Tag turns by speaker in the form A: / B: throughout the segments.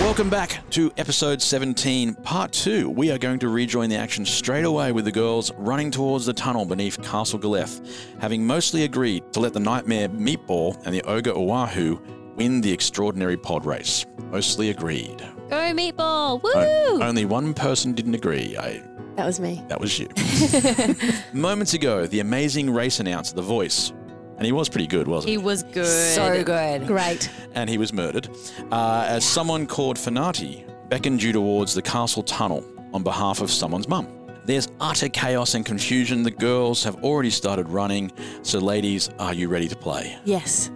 A: Welcome back to episode 17, part two. We are going to rejoin the action straight away with the girls running towards the tunnel beneath Castle Galef, having mostly agreed to let the nightmare Meatball and the ogre Oahu win the extraordinary pod race. Mostly agreed.
B: Go meatball! Woo!
A: O- only one person didn't agree. I,
C: That was me.
A: that was you. Moments ago, the amazing race announcer, The Voice, and he was pretty good, wasn't he?
B: he was good.
D: So good.
C: Great.
A: and he was murdered, uh, as someone called Fanati beckoned you towards the castle tunnel on behalf of someone's mum. There's utter chaos and confusion. The girls have already started running. So, ladies, are you ready to play?
C: Yes.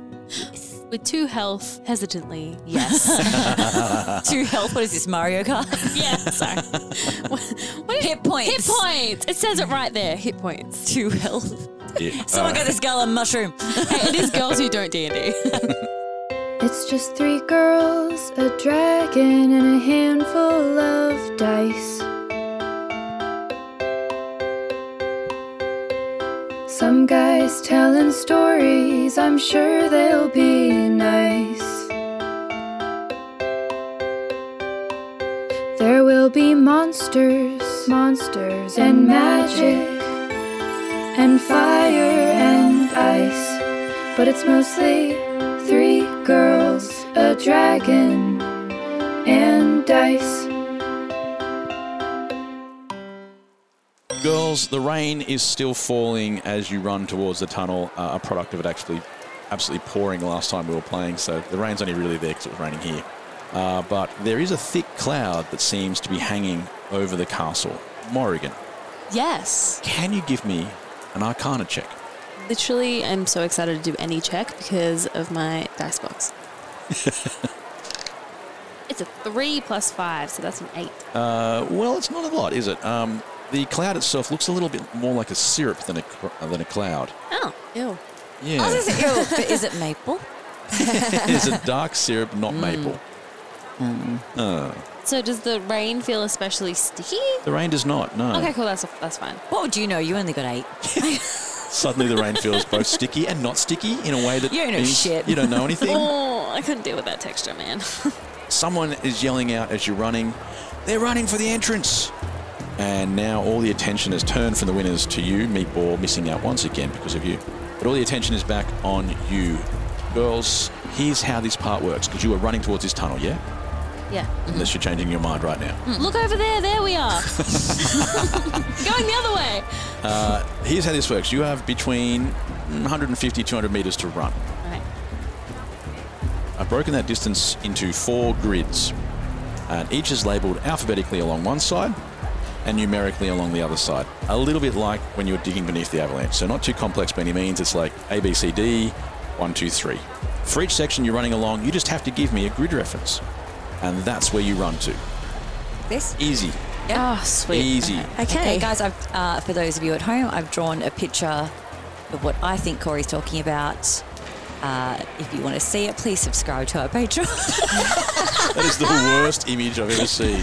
B: With two health, hesitantly.
D: Yes. Two health. What is this, Mario Kart?
B: Yeah, sorry. what, what is-
D: Hit points.
B: Hit points. It says it right there. Hit points.
D: Two health.
A: Yeah.
D: Someone got this girl a mushroom.
B: hey, it is girls who don't D and D.
E: It's just three girls, a dragon, and a handful of dice. Some guys telling stories, I'm sure they'll be nice. There will be monsters, monsters, and magic, and fire and ice but it's mostly three girls, a dragon, and dice.
A: Girls, the rain is still falling as you run towards the tunnel, uh, a product of it actually absolutely pouring last time we were playing. So, the rain's only really there because it was raining here. Uh, but there is a thick cloud that seems to be hanging over the castle. Morrigan,
B: yes.
A: Can you give me an arcana check?
B: Literally, I'm so excited to do any check because of my dice box. it's a three plus five, so that's an eight.
A: Uh, well, it's not a lot, is it? Um, the cloud itself looks a little bit more like a syrup than a cr- uh, than a cloud.
B: Oh, ew.
A: Yeah,
D: Oh, Is it ew, but is it maple?
A: it's a dark syrup,
D: Hmm.
A: not maple.
B: So does the rain feel especially sticky?
A: The rain does not. No.
B: Okay, cool. That's that's fine.
D: What would you know? You only got eight.
A: Suddenly, the rain feels both sticky and not sticky in a way that
D: You don't know
A: means
D: shit.
A: You don't know anything.
B: Oh, I couldn't deal with that texture, man.
A: Someone is yelling out as you're running. They're running for the entrance. And now all the attention has turned from the winners to you, Meatball, missing out once again because of you. But all the attention is back on you. Girls, here's how this part works because you were running towards this tunnel, yeah?
B: yeah.
A: Unless you're changing your mind right now.
B: Mm-hmm. Look over there. There we are. Going the other way.
A: Here's how this works you have between mm, 150 200 metres to run.
B: All right.
A: I've broken that distance into four grids, and each is labelled alphabetically along one side and numerically along the other side. A little bit like when you're digging beneath the avalanche. So, not too complex by any means. It's like A, B, C, D, one, two, three. For each section you're running along, you just have to give me a grid reference, and that's where you run to.
D: This?
A: Easy,
B: Oh, sweet.
A: easy.
D: Okay, guys, I've, uh, for those of you at home, I've drawn a picture of what I think Corey's talking about. Uh, if you want to see it, please subscribe to our Patreon.
A: That is the worst image I've ever seen.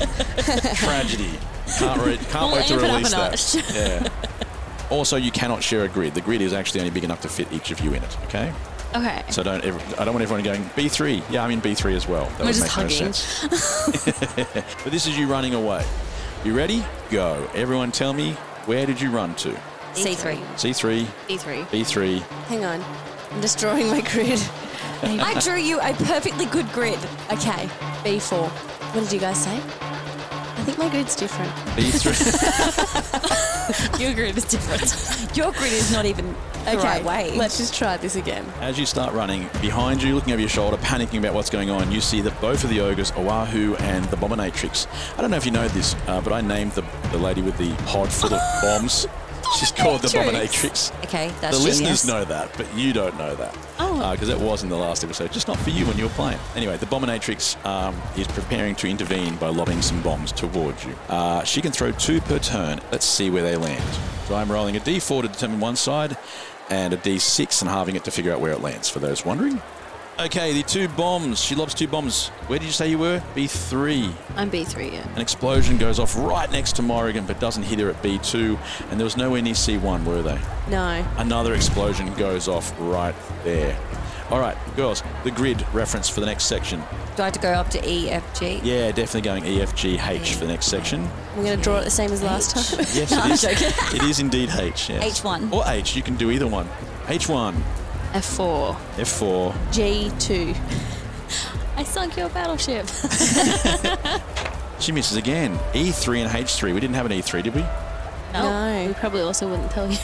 A: Tragedy. Can't, read, can't
B: We'll
A: wait to
B: amp it up
A: release
B: a
A: that. Yeah. Also, you cannot share a grid. The grid is actually only big enough to fit each of you in it. Okay,
B: Okay.
A: so don't. Ever, I don't want everyone going B three. Yeah, I'm in B three as well. That
B: We're
A: would
B: just
A: make no
B: hugging.
A: sense. but this is you running away. You ready? Go. Everyone, tell me where did you run to?
D: C3.
A: C three,
B: D3.
A: B three.
C: Hang on. I'm just drawing my grid.
D: I drew you a perfectly good grid.
C: Okay. B4. What did you guys say? I think my grid's different.
A: B three.
B: Your grid is different.
D: Your grid is not even the right way.
C: Let's just try this again.
A: As you start running, behind you, looking over your shoulder, panicking about what's going on, you see that both of the ogres, Oahu and the Bombinatrix, I don't know if you know this, uh, but I named the, the lady with the pod full of bombs. She's called the
D: Bombinatrix.
A: Bombinatrix.
D: Okay,
A: The
D: that's
A: listeners
D: genius.
A: know that, but you don't know that.
B: Oh.
A: Because it was in the last episode, just not for you when you were playing. Anyway, the Bombinatrix um, is preparing to intervene by lobbing some bombs towards you. Uh, she can throw two per turn. Let's see where they land. So I'm rolling a d4 to determine one side and a d6 and halving it to figure out where it lands, for those wondering. Okay, the two bombs. She lobs two bombs. Where did you say you were? B3.
B: I'm B3, yeah.
A: An explosion goes off right next to Morrigan, but doesn't hit her at B2. And there was nowhere near C1, were they?
C: No.
A: Another explosion goes off right there. All right, girls, the grid reference for the next section.
D: Do I have to go up to E, F, G?
A: Yeah, definitely going E, F, G, H for the next section.
B: We're going to draw it the same as last
D: H.
B: time.
A: Yes, it is. It is indeed H. Yes.
D: H1.
A: Or H. You can do either one. H1,
B: F4.
A: F4.
B: G2. I sunk your battleship.
A: She misses again. E3 and H3. We didn't have an E3, did we?
B: No. We probably also wouldn't tell you.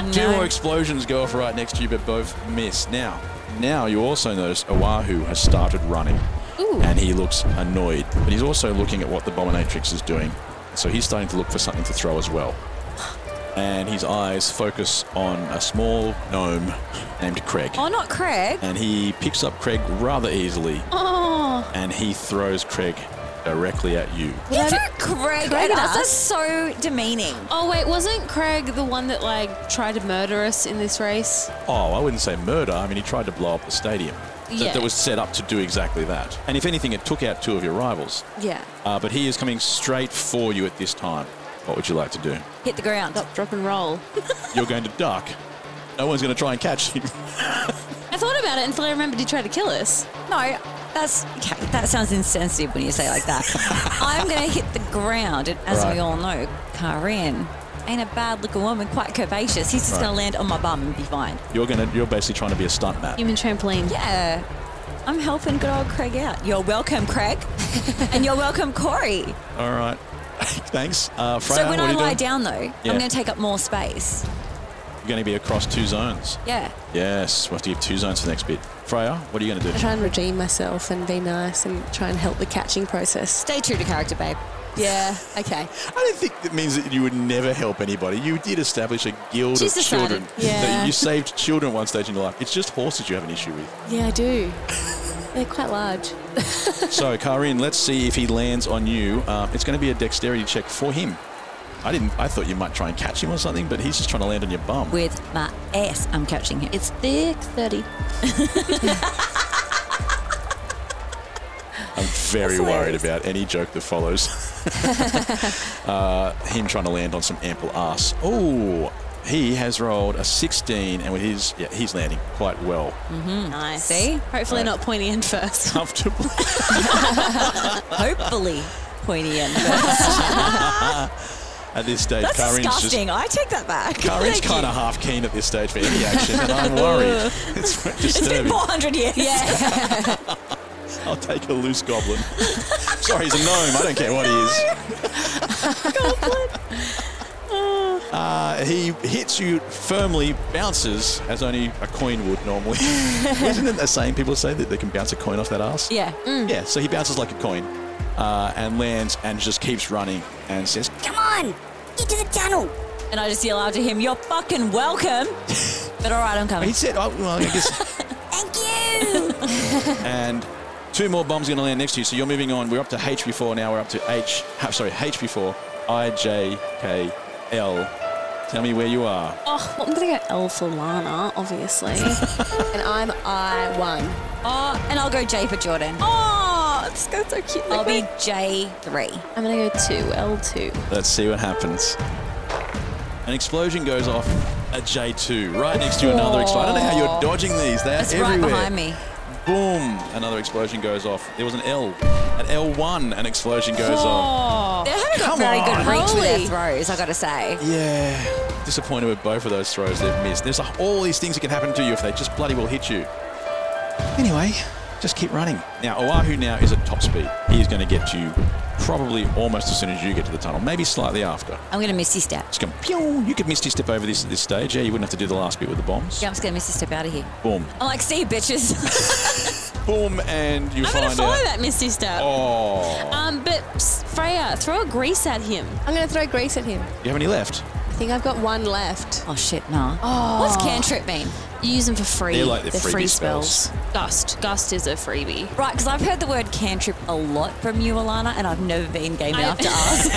A: Two more explosions go off right next to you, but both miss. Now, now you also notice Oahu has started running,
B: Ooh.
A: and he looks annoyed. But he's also looking at what the Bominatrix is doing, so he's starting to look for something to throw as well. And his eyes focus on a small gnome named Craig,
D: Oh, not Craig.
A: and he picks up Craig rather easily,
B: Oh.
A: and he throws Craig directly at you.
D: You threw Craig,
B: Craig
D: at
B: at
D: us. That's
B: us?
D: so demeaning.
B: Oh wait, wasn't Craig the one that like tried to murder us in this race?
A: Oh, I wouldn't say murder. I mean, he tried to blow up the stadium. That,
B: Yeah.
A: that was set up to do exactly that. And if anything, it took out two of your rivals.
B: Yeah.
A: Uh, but he is coming straight for you at this time. What would you like to do?
D: Hit the ground.
B: Stop, drop, and roll.
A: You're going to duck. No one's going to try and catch you.
B: I thought about it until I remembered he tried to kill us.
D: No, that's okay. That sounds insensitive when you say it like that. I'm going to hit the ground, and as
A: Right.
D: we all know, Karen ain't a bad-looking woman, quite curvaceous. He's just
A: Right.
D: going to land on my bum and be fine.
A: You're going to. You're basically trying to be a stunt man.
B: Human trampoline.
D: Yeah, I'm helping good old Craig out. You're welcome, Craig, and you're welcome, Corey.
A: All right. Thanks. Uh, Freya,
D: so when
A: what
D: I
A: are you
D: lie
A: doing?
D: down, though,
A: Yeah.
D: I'm going to take up more space.
A: You're going to be across two zones.
D: Yeah.
A: Yes. We will have to give two zones for the next bit. Freya, what are you going to
C: I
A: do?
C: try and redeem myself and be nice and try and help the catching process.
D: Stay true to character, babe.
C: Yeah, okay.
A: I don't think that means that you would never help anybody. You did establish a guild
D: She's
A: of
D: decided.
A: children.
C: Yeah.
A: That You saved children at one stage in your life. It's just horses you have an issue with.
C: Yeah, I do. They're quite large.
A: So, Karin, let's see if he lands on you. Uh, it's going to be a dexterity check for him. I didn't. I thought you might try and catch him or something, but he's just trying to land on your bum.
D: With my ass, I'm catching him.
B: It's thick 30.
A: I'm very worried about any joke that follows. uh, him trying to land on some ample ass. Oh, he has rolled a 16, and with his, yeah, he's landing quite well,
D: Mm.
B: Nice.
D: See?
B: Hopefully
A: Right.
B: not pointy end first.
A: comfortably.
D: Hopefully, pointy end.
A: At this stage,
D: That's
A: Karin's just
D: disgusting. I take that back.
A: Karin's
D: Thank you.
A: kind of half keen at this stage for any action, and I'm worried. it's
D: It's
A: disturbing.
D: been 400 years. Yeah.
A: I'll take a loose goblin. Sorry, he's a gnome. I don't care what he is. Uh, he hits you firmly, bounces as only a coin would normally. Isn't it the saying people say that they can bounce a coin off that ass?
D: yeah. Mm.
A: Yeah, so he bounces like a coin uh, and lands and just keeps running and says,
F: Come on, get to the tunnel.
D: And I just yell out to him, You're fucking welcome. but all right, I'm
A: He
D: coming.
A: said, oh, well, I guess.
F: Thank you.
A: and two more bombs going to land next to you. So you're moving on. We're up to HB4 now. We're up to H. Sorry, HB4, I, J, K, L. Tell me where you are.
B: Oh, well, I'm going to go L for Lana, obviously.
C: And I'm I1.
D: Oh, and I'll go J for Jordan.
B: oh, it's got so cute.
D: I'll be J3.
B: I'm going to go 2, L2.
A: Let's see what happens. An explosion goes off at J2, right next to another explosion. I don't know how you're dodging these. They're
D: That's right
A: everywhere.
D: behind me.
A: Boom! Another explosion goes off. There was an L. At L1, an explosion goes off.
D: They haven't got
A: Come
D: very
A: on.
D: good reach with their
B: Holy.
D: throws, I gotta say.
A: Yeah. Disappointed with both of those throws they've missed. There's a- all these things that can happen to you if they just bloody well hit you. Anyway, just keep running. Now, Oahu now is at top speed. He is going to get you probably almost as soon as you get to the tunnel, maybe slightly after.
D: I'm gonna miss his step.
A: Just going, pew! You could misty step over this at this stage. Yeah, you wouldn't have to do the last bit with the bombs.
D: Yeah, I'm just gonna miss his step out of here.
A: Boom.
D: I'm like, See you, bitches.
A: Boom, and you
B: I'm
A: find
B: going to follow
A: out.
B: that Misty step.
A: Oh.
B: Um, but psst, Freya, throw a grease at him.
C: I'm going to throw grease at him.
A: You have any left?
C: I think I've got one left.
D: oh shit, nah. Oh. What's cantrip mean?
B: You use them for free.
A: They're like the They're free freebie spells.
B: Gust. Gust is a freebie.
D: Right, because I've heard the word cantrip a lot from you, Alana, and I've never been game
B: I-
D: enough to ask.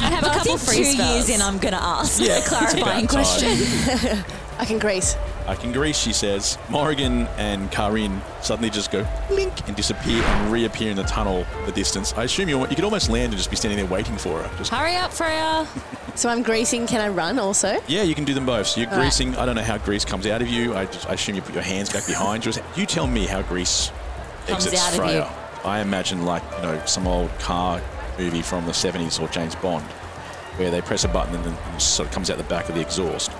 B: I have a
D: I
B: couple
D: think
B: free
D: two
B: spells.
D: years in, I'm gonna ask
A: Yeah,
D: a
A: it's
D: clarifying
A: about time.
D: question.
C: I can grease.
A: I can grease, she says. Morrigan and Karin suddenly just go blink and disappear and reappear in the tunnel the distance. I assume you you could almost land and just be standing there waiting for her. Just
B: Hurry up, Freya.
C: So I'm greasing. Can I run also?
A: yeah, you can do them both. So you're
C: All right.
A: greasing. I don't know how grease comes out of you. I, just, I assume you put your hands back behind you. You tell me how grease
D: comes
A: exits
D: out
A: Freya.
D: of you.
A: I imagine like you know some old car movie from the 70s or James Bond, where they press a button and then it sort of comes out the back of the exhaust.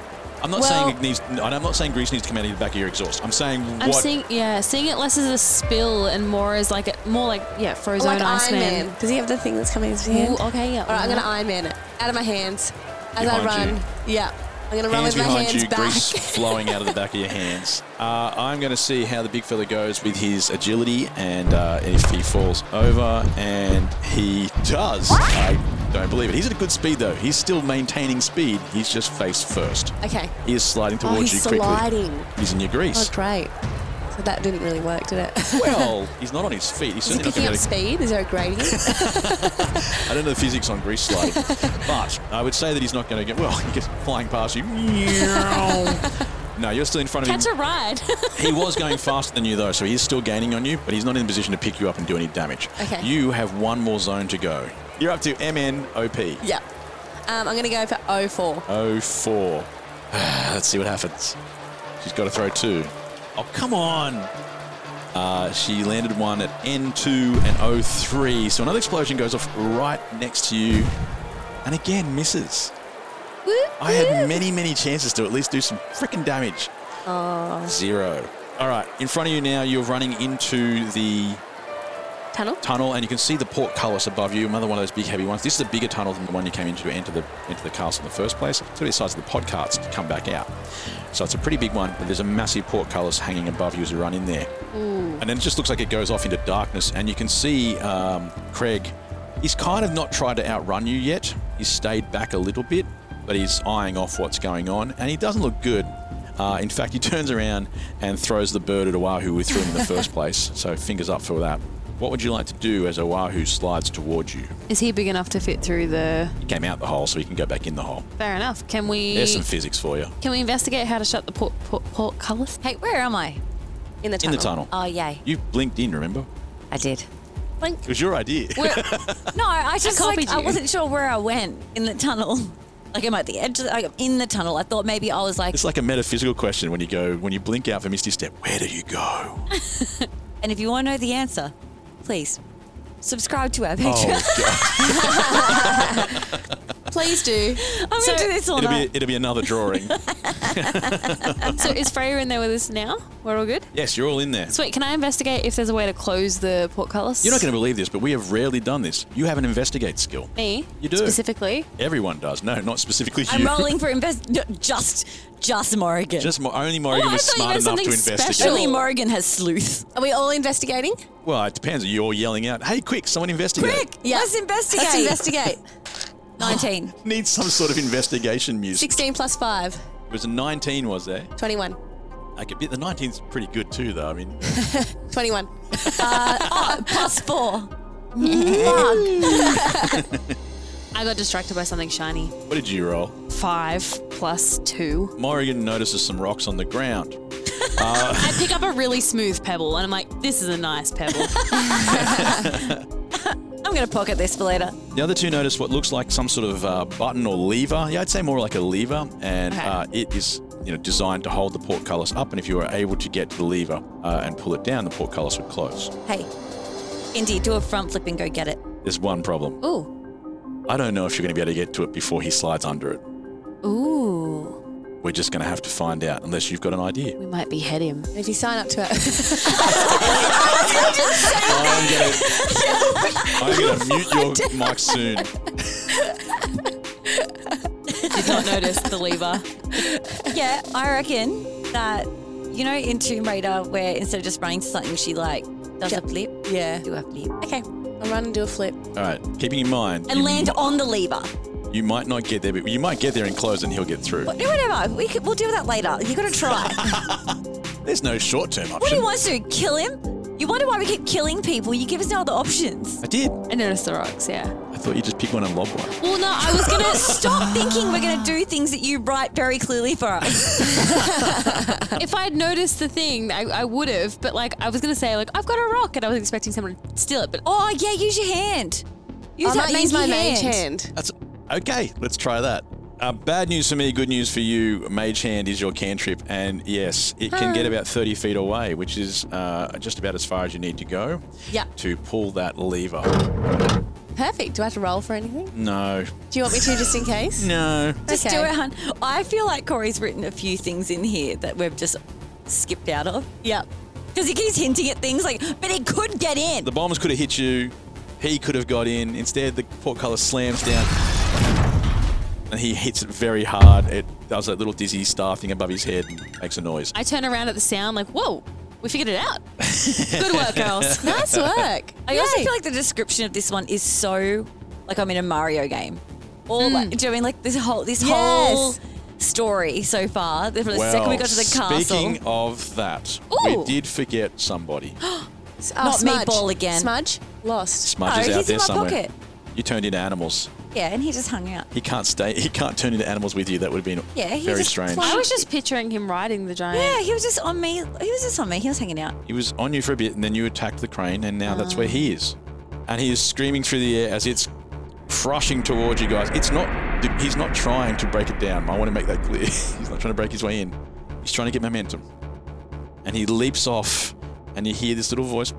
A: I'm not saying it
B: Well-
A: needs. and I'm not saying grease needs to come out of the back of your exhaust. I'm saying
B: I'm
A: what
B: seeing, yeah, seeing it less as a spill and more as like, a, more like, yeah, Frozone
C: Oh, like Iron
B: Iceman.
C: Man. Does he have the thing that's coming out of his hand?
B: Ooh, okay, yeah.
C: All right, I'm gonna Iron Man it out of my hands as I
A: Behind
C: run.
A: you.
C: Yeah, I'm gonna run
A: hands
C: with my
A: behind
C: hands
A: you,
C: back.
A: grease flowing out of the back of your hands. Uh, I'm going to see how the big fella goes with his agility and uh, if he falls over, and he does. I don't believe it. He's at a good speed though. He's still maintaining speed. He's just face first.
C: Okay.
A: He is sliding
C: Oh,
A: towards
C: he's
A: you quickly.
C: sliding.
A: He's in your
C: Oh,
A: grease.
C: great. So that didn't really work, did it?
A: well, he's not on his feet. He's
C: Is he
A: certainly not
C: picking
A: going
C: up
A: to.
C: speed? Is there a gradient?
A: I don't know the physics on grease sliding, but I would say that he's not going to get. Well, he gets flying past you. no, you're still in front of him.
B: Catch a ride.
A: He was going faster than you though, so he's still gaining on you, but he's not in a position to pick you up and do any damage.
C: Okay.
A: You have one more zone to go. You're up to MNOP.
C: yeah. Um, I'm gonna go for 04.
A: 04. Let's see what happens. She's got to throw two. Oh, come on. Uh, she landed one at N2 and 03. So another explosion goes off right next to you and again misses. I had many, many chances to at least do some freaking damage. Zero. All right, in front of you now, you're running into the
C: Tunnel.
A: tunnel, and you can see the portcullis above you. Another one of those big, heavy ones. This is a bigger tunnel than the one you came into to enter the into the castle in the first place. It's really the size of the podcarts to come back out. So it's a pretty big one, but there's a massive portcullis hanging above you as you run in there. And then it just looks like it goes off into darkness, and you can see um, Craig. He's kind of not tried to outrun you yet. He's stayed back a little bit, but he's eyeing off what's going on, and he doesn't look good. Uh, in fact, he turns around and throws the bird at Oahu who threw him in the first place. So fingers up for that. What would you like to do as Oahu slides towards you?
B: Is he big enough to fit through the?
A: He came out the hole, so he can go back in the hole.
B: Fair enough. Can we?
A: There's some physics for you.
B: Can we investigate how to shut the port port portcullis?
D: Hey, where am I?
C: In the
A: In
C: tunnel.
A: the tunnel.
D: Oh, yay.
A: You blinked in, remember?
D: I did.
A: It was your idea.
D: No, I just
B: copied
D: like, I
B: you.
D: wasn't sure where I went in the tunnel. Like I'm at the edge, of the, like I'm in the tunnel. I thought maybe I was like,
A: It's like a metaphysical question when you go when you blink out for Misty Step. Where do you go?
D: and if you want to know the answer, please subscribe to our Patreon.
A: Oh,
C: Please do.
D: I'm
B: So-
D: gonna do this all
A: God. it'll
D: night.
A: be it'll be another drawing.
B: so is Freya in there with us now? We're all good.
A: yes, you're all in there.
B: Sweet. Can I investigate if there's a way to close the portcullis?
A: You're not going to believe this, but we have rarely done this. You have an investigate skill.
B: me.
A: You do.
B: specifically.
A: Everyone does. No, not specifically you.
D: I'm rolling for invest. no, Just, just Morrigan.
A: Just Mo- only Morrigan
B: Oh, I
A: was
B: thought you
A: smart
B: meant
A: enough to
B: something
A: investigate.
B: special.
D: Only Morrigan has sleuth.
C: Are we all investigating?
A: Well, it depends. You're yelling out, "Hey, quick! Someone investigate!"
D: Quick,
C: Yeah.
D: let's investigate.
C: Let's investigate.
D: 19.
A: Need some sort of investigation music.
C: 16 plus 5.
A: It was a 19, was there?
C: 21.
A: I could be, the 19's pretty good too, though. I mean,
C: 21.
D: Oh, plus four.
B: I got distracted by something shiny.
A: what did you roll?
B: Five plus two.
A: Morrigan notices some rocks on the ground.
B: I pick up a really smooth pebble, and I'm like, this is a nice pebble.
D: I'm gonna pocket this for later.
A: The other two notice what looks like some sort of uh, button or lever. Yeah, I'd say more like a lever, and
B: Okay.
A: uh, it is you know designed to hold the portcullis up. And if you were able to get to the lever uh, and pull it down, the portcullis would close.
D: Hey, Indy, do a front flip and go get it.
A: There's one problem.
D: Ooh.
A: I don't know if you're going to be able to get to it before he slides under it.
D: Ooh.
A: We're just going to have to find out, unless you've got an idea.
B: we might behead him.
C: And if you sign up to it,
A: I'm going to I'm going to mute your mic soon.
B: Did not notice the lever.
D: Yeah, I reckon that, you know, in Tomb Raider, where instead of just running to something, she like does a flip.
C: yeah.
D: Do a flip.
C: Okay. I'll run and do a flip.
A: All right, keeping in mind,
D: And
A: you,
D: land on the lever.
A: you might not get there, but you might get there and close, and he'll get through.
D: But no, whatever. We could, we'll deal with that later. You gotta try.
A: There's no short-term
D: what do
A: option.
D: you want us to do? Kill him? You wonder why we keep killing people. You give us no other options.
A: I did.
B: I noticed the rocks. Yeah.
A: I thought you just pick one and lob one.
B: Well, no, I was gonna.
D: Stop thinking we're gonna do things that you write very clearly for us.
B: if I'd noticed the thing, I, I would have. But like, I was gonna say like, I've got a rock, and I was expecting someone to steal it. But
D: Oh yeah, use your hand. Use
C: I
D: that
C: might Oh, use my
D: manky
C: mage hand.
A: That's okay. Let's try that. Uh, bad news for me, good news for you. Mage Hand is your cantrip, and yes, it can get about 30 feet away, which is uh, just about as far as you need to go
C: Yeah.
A: to pull that lever.
C: Perfect. Do I have to roll for anything?
D: Mm.
A: No.
C: Do you want me to just in case?
A: No.
D: Just
C: Okay.
D: do it, hun. I feel like Corey's written a few things in here that we've just skipped out of.
C: Yeah.
D: Because he keeps hinting at things like, but he could get in.
A: The bombers could have hit you. He could have got in. Instead, the portcullis slams down. And he hits it very hard. It does that little dizzy star thing above his head and makes a noise.
B: I turn around at the sound like, whoa, we figured it out.
C: Good work, girls. nice work.
D: I also feel like the description of this one is so like I'm in a Mario game. Or like, do you know what I mean like this whole this whole
C: Hmm. Yes.
D: story so far? From the second we got to the castle,
A: Speaking of that, we
C: Ooh.
A: did forget somebody.
C: Oh,
D: Not
C: smudge.
D: meatball again.
C: Smudge lost.
A: Smudge
D: No,
A: is
D: Oh, he's
A: out
D: in
A: there
D: my
A: somewhere.
D: pocket.
A: You turned into animals.
D: yeah, and he just hung out.
A: He can't stay. He can't turn into animals with you. That would have been
D: Yeah, he
A: very
D: just
A: strange.
D: climbed-
B: I was just picturing him riding the giant.
D: Yeah, he was just on me. He was just on me. He was hanging out.
A: He was on you for a bit, and then you attacked the crane, and now that's where he is. And he is screaming through the air as it's crushing towards you guys. It's not. He's not trying to break it down. I want to make that clear. he's not trying to break his way in. He's trying to get momentum. And he leaps off, and you hear this little voice.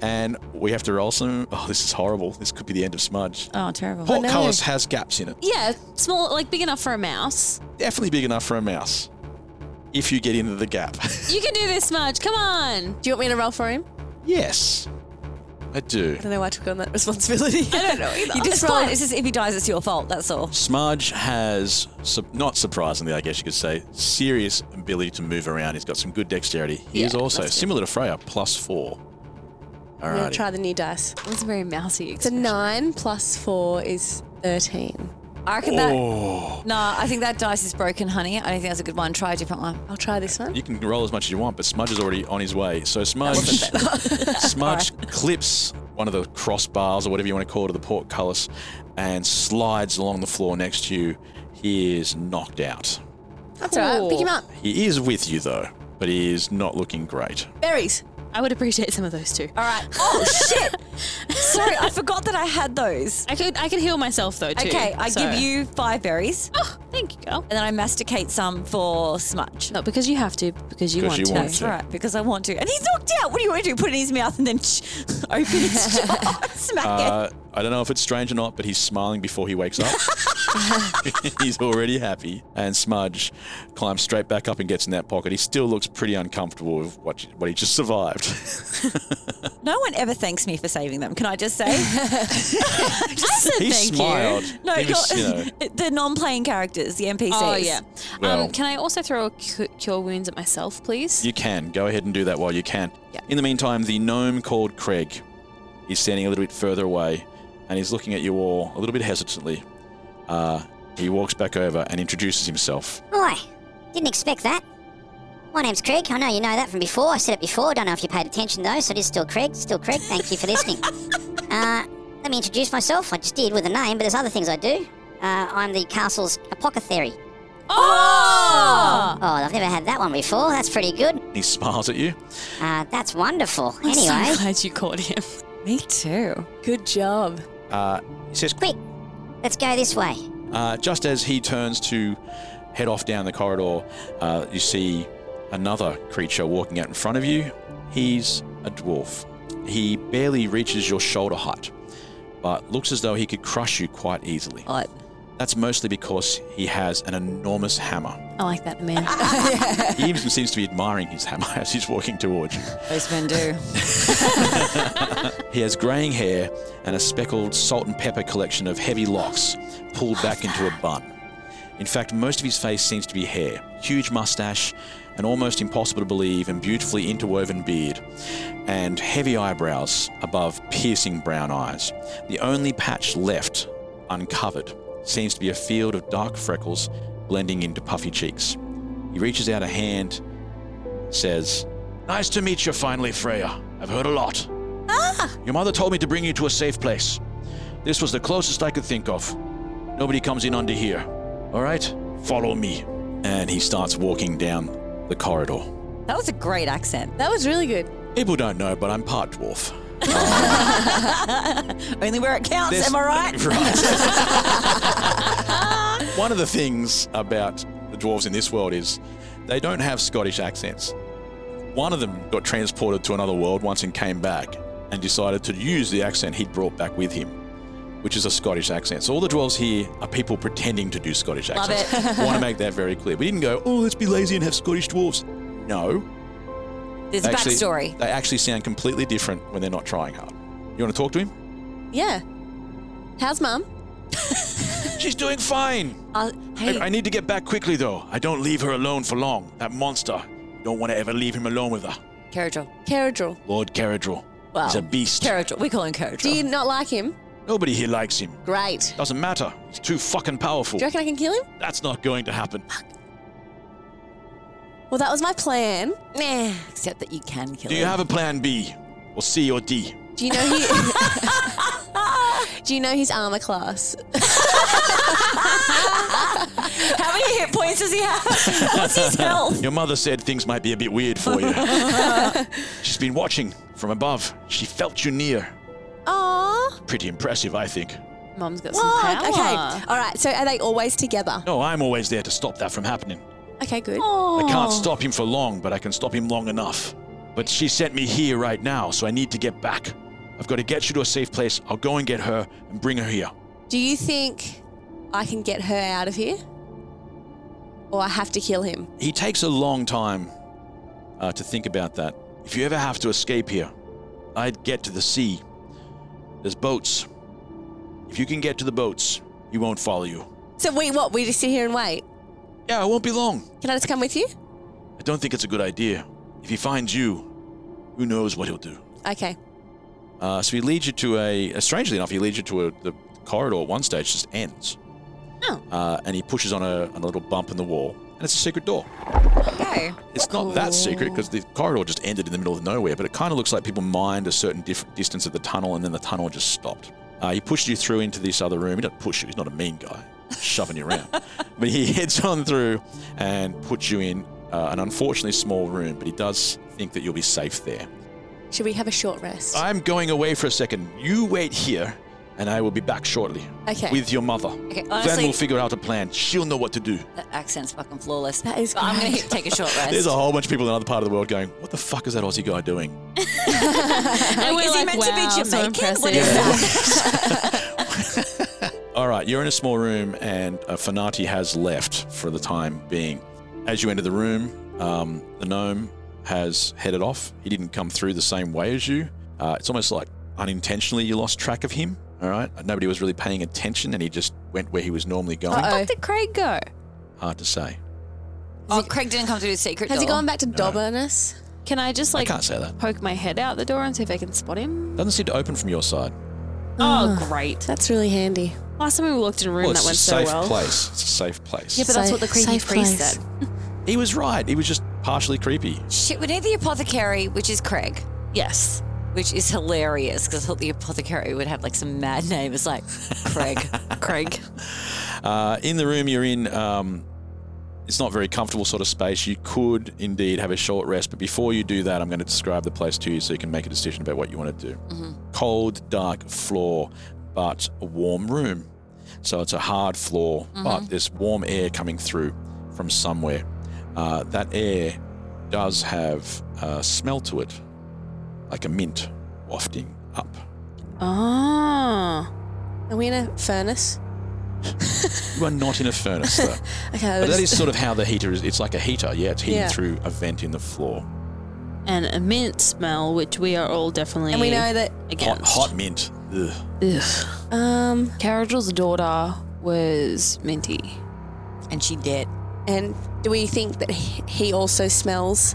A: and we have to roll some. Oh, this is horrible. This could be the end of Smudge.
D: Oh, terrible.
A: Portcullis has gaps in it.
B: Yeah, small, like big enough for a mouse.
A: Definitely big enough for a mouse. If you get into the gap.
B: You can do this, Smudge. Come on.
C: Do you want me to roll for him?
A: yes. I do.
C: I don't know why I took on that responsibility. I don't know either.
D: You just roll. It's just if he dies, it's your fault. That's all.
A: Smudge has, su- not surprisingly, I guess you could say, serious ability to move around. He's got some good dexterity. He is also, similar to Freya, plus four. All
C: I'm gonna
A: right.
C: try the new dice.
B: It was very mousy.
C: It's a nine plus four is thirteen.
D: I reckon
A: Oh.
D: that. No, I think that dice is broken, honey. I don't think that's a good one. Try a different one.
C: I'll try this one.
A: you can roll as much as you want, but Smudge is already on his way. So Smudge, Smudge clips one of the crossbars or whatever you want to call it, of the portcullis, and slides along the floor next to you. He is knocked out.
C: That's all right. Pick him up.
A: He is with you though, but he is not looking great.
C: Berries.
B: I would appreciate some of those too.
D: All right. Oh shit! Sorry, I forgot that I had those.
B: I could I could heal myself though too.
D: Okay, I
B: so-
D: give you five berries,
B: Oh, thank you, girl.
D: and then I masticate some for smudge.
B: Not because you have to, because you
A: Because
B: want
A: you
B: to.
A: want
D: That's
A: to.
D: right, because I want to. And he's knocked out. What do you want to do? Put it in his mouth and then sh- open his jaw, and smack
A: Uh, I don't know if it's strange or not, but he's smiling before he wakes up. he's already happy. And Smudge climbs straight back up and gets in that pocket. He still looks pretty uncomfortable with what, what he just survived.
D: it. No one ever thanks me for saving them. Can I just say?
A: he smiled.
D: No,
A: He was, you know,
D: the non-playing characters, the NPCs.
B: Oh yeah.
A: Well-
B: um, can I also throw a cu- cure wounds at myself, please?
A: you can. Go ahead and do that while you can. In the meantime, the gnome called Craig is standing a little bit further away and he's looking at you all a little bit hesitantly. Uh, he walks back over and introduces himself.
F: Oi, didn't expect that. My name's Craig. I know you know that from before. I said it before. Don't know if you paid attention though, so it is still Craig. Still Craig. Thank you for listening. uh, let me introduce myself. I just did with a name, but there's other things I do. Uh, I'm the castle's apothecary.
B: Oh!
F: Oh, I've never had that one before. That's pretty good.
A: He smiles at you.
F: Uh, that's wonderful.
B: I'm
F: Anyway,
B: so glad you caught him.
D: me too.
C: Good job.
A: Uh, he says,
F: quick, let's go this way.
A: Uh, just as he turns to head off down the corridor, uh, you see another creature walking out in front of you. He's a dwarf. He barely reaches your shoulder height, but looks as though he could crush you quite easily.
D: All right.
A: That's mostly because he has an enormous hammer.
B: I like that man.
A: He even seems to be admiring his hammer as he's walking towards you.
D: Those men do.
A: He has graying hair and a speckled salt and pepper collection of heavy locks pulled back into a bun. In fact, most of his face seems to be hair, huge mustache, an almost impossible to believe and beautifully interwoven beard, and heavy eyebrows above piercing brown eyes. The only patch left uncovered seems to be a field of dark freckles blending into puffy cheeks. He reaches out a hand, says, Nice to meet you finally, Freya. I've heard a lot. Your mother told me to bring you to a safe place. This was the closest I could think of. Nobody comes in under here. All right? Follow me. And he starts walking down the corridor.
D: That was a great accent.
C: That was really good.
A: People don't know, but I'm part dwarf.
D: Only where it counts,
A: There's-
D: am I right?
A: Right. One of the things about the dwarves in this world is they don't have Scottish accents. One of them got transported to another world once and came back and decided to use the accent he'd brought back with him, which is a Scottish accent. So all the dwarves here are people pretending to do Scottish
D: Love
A: accents. I want to make that very clear. We didn't go, oh, let's be lazy and have Scottish dwarves. No.
D: There's a
A: actually,
D: backstory.
A: They actually sound completely different when they're not trying hard. You want to talk to him?
C: Yeah. How's mum?
A: She's doing fine.
D: Uh, hey,
A: I, I need to get back quickly, though. I don't leave her alone for long. That monster. Don't want to ever leave him alone with her.
D: Caradrol.
C: Caradrol.
A: Lord Caradrol.
D: Wow.
A: He's a beast.
D: Caradrol. We call him
C: Do you
D: Caradrol.
C: not like him?
A: Nobody here likes him.
C: Great.
A: Doesn't matter. He's too fucking powerful.
C: Do you reckon I can kill him?
A: That's not going to happen.
C: Well, that was my plan. Nah.
D: Except that you can kill
A: Do you
D: him.
A: have a plan B? Or C or D?
C: Do you know he? Do you know his armor class?
D: How many hit points does he have? What's his health?
A: Your mother said things might be a bit weird for you. She's been watching from above. She felt you near.
C: Aww.
A: Pretty impressive, I think.
C: Mum's got
G: power.
C: Okay. All right. So are they always together? Oh.
A: No, I'm always there to stop that from happening.
C: Okay. Good.
A: I can't stop him for long, but I can stop him long enough. But she sent me here right now, so I need to get back. I've got to get you to a safe place. I'll go and get her and bring her here.
C: Do you think I can get her out of here, or I have to kill him?
A: He takes a long time uh, to think about that. If you ever have to escape here, I'd get to the sea. There's boats. If you can get to the boats, he won't follow you.
C: So we what? We just sit here and wait.
A: Yeah, it won't be long.
C: Can I just come with you?
A: I don't think it's a good idea. If he finds you, who knows what he'll do.
C: Okay.
A: Uh, so he leads you to a, uh, strangely enough, he leads you to a, the corridor at one stage just ends.
C: Oh.
A: Uh, and he pushes on a, on a little bump in the wall, and it's a secret door.
D: Go.
A: It's not that secret because the corridor just ended in the middle of nowhere, but it kind of looks like people mined a certain diff- distance of the tunnel and then the tunnel just stopped. Uh, he pushes you through into this other room. He doesn't push you, he's not a mean guy, shoving you around. But he heads on through and puts you in uh, an unfortunately small room, but he does think that you'll be safe there.
C: Should we have a short rest?
A: I'm going away for a second. You wait here, and I will be back shortly.
C: Okay.
A: With your mother.
D: Okay,
A: then
D: honestly-
A: we'll figure out a plan. She'll know what to do.
D: That accent's fucking flawless.
C: That is
D: But I'm going
C: great.
D: to take a short
A: There's
D: rest.
A: a whole bunch of people in another part of the world going, What the fuck is that Aussie guy doing?
C: and
D: is he meant to be Jamaican? What is
A: All right, you're in a small room, and uh, Fanati has left for the time being. As you enter the room, um, the gnome has headed off. He didn't come through the same way as you. Uh, it's almost like unintentionally you lost track of him. All right, nobody was really paying attention, and he just went where he was normally going.
C: Uh-oh.
B: Did Craig go?
A: Hard to say.
D: Oh, Craig didn't come through the secret
C: Has he
D: door.
C: gone back to dobbing us?
B: Can I just
A: I
B: like
A: can't say that.
B: poke my head out the door and see if I can spot him?
A: Doesn't seem to open from your side.
B: Oh, great.
C: That's really handy.
B: Last time we looked in a room
A: Well, it's
B: that
A: a
B: went so
A: safe
B: well.
A: place. It's a safe place.
B: Yeah, but that's what the
C: Safe-
B: creepy priest
C: safe place.
B: said.
A: He was right. He was just partially creepy.
D: Shit, we need the apothecary, which is Craig,
B: Yes.
D: which is hilarious because the apothecary would have like some mad name. It's like Craig.
B: Craig.
A: Uh, in the room you're in, um, it's not very comfortable sort of space. You could indeed have a short rest, but before you do that, I'm going to describe the place to you so you can make a decision about what you want to do. Cold, dark floor, but a warm room. So it's a hard floor, but there's warm air coming through from somewhere. Uh, that air does have a smell to it, like a mint wafting up.
B: Ah,
C: Oh. Are we in a furnace?
A: You are not in a furnace, though.
C: Okay. I
A: But that
C: was-
A: is sort of how the heater is. It's like a heater, yeah. It's heating
C: Yeah.
A: through a vent in the floor.
B: And a mint smell, which we are all definitely
C: and we know that.
B: against.
A: Hot, hot mint. Ugh.
C: Um.
B: Caradril's daughter was minty.
D: and she did.
C: And do we think that he he also smells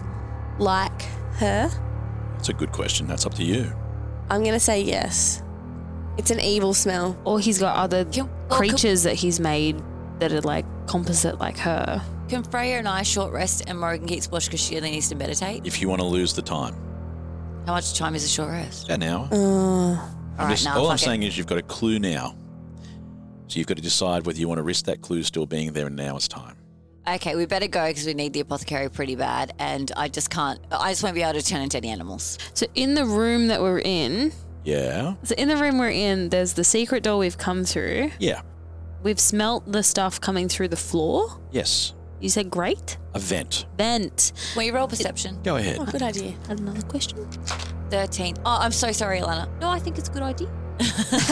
C: like her?
A: That's a good question. That's up to you.
C: I'm gonna say yes. It's an evil smell.
B: Or he's got other
D: Can- oh,
B: creatures that he's made that are like composite like her.
D: Can Freya and I short rest and Morgan keeps watch because she only needs to meditate?
A: If you want to lose the time,
D: How much time is a short rest?
A: an hour.
C: Oh.
A: I'm
D: Mm. All right,
A: just,
D: no,
A: all I'm
D: fuck it.
A: saying is you've got a clue now. So you've got to decide whether you want to risk that clue still being there in an hour's time.
D: Okay, we better go because we need the apothecary pretty bad, and I just can't. I just won't be able to turn into any animals.
B: So in the room that we're in,
A: Yeah.
B: so in the room we're in, there's the secret door we've come through.
A: Yeah.
B: We've smelt the stuff coming through the floor.
A: Yes.
B: You said great
A: A vent.
B: vent.
D: Will you roll perception?
A: Go ahead.
C: Good idea.
B: Had another question?
D: Thirteen. Oh, I'm so sorry, Alana.
B: No, I think it's a good idea.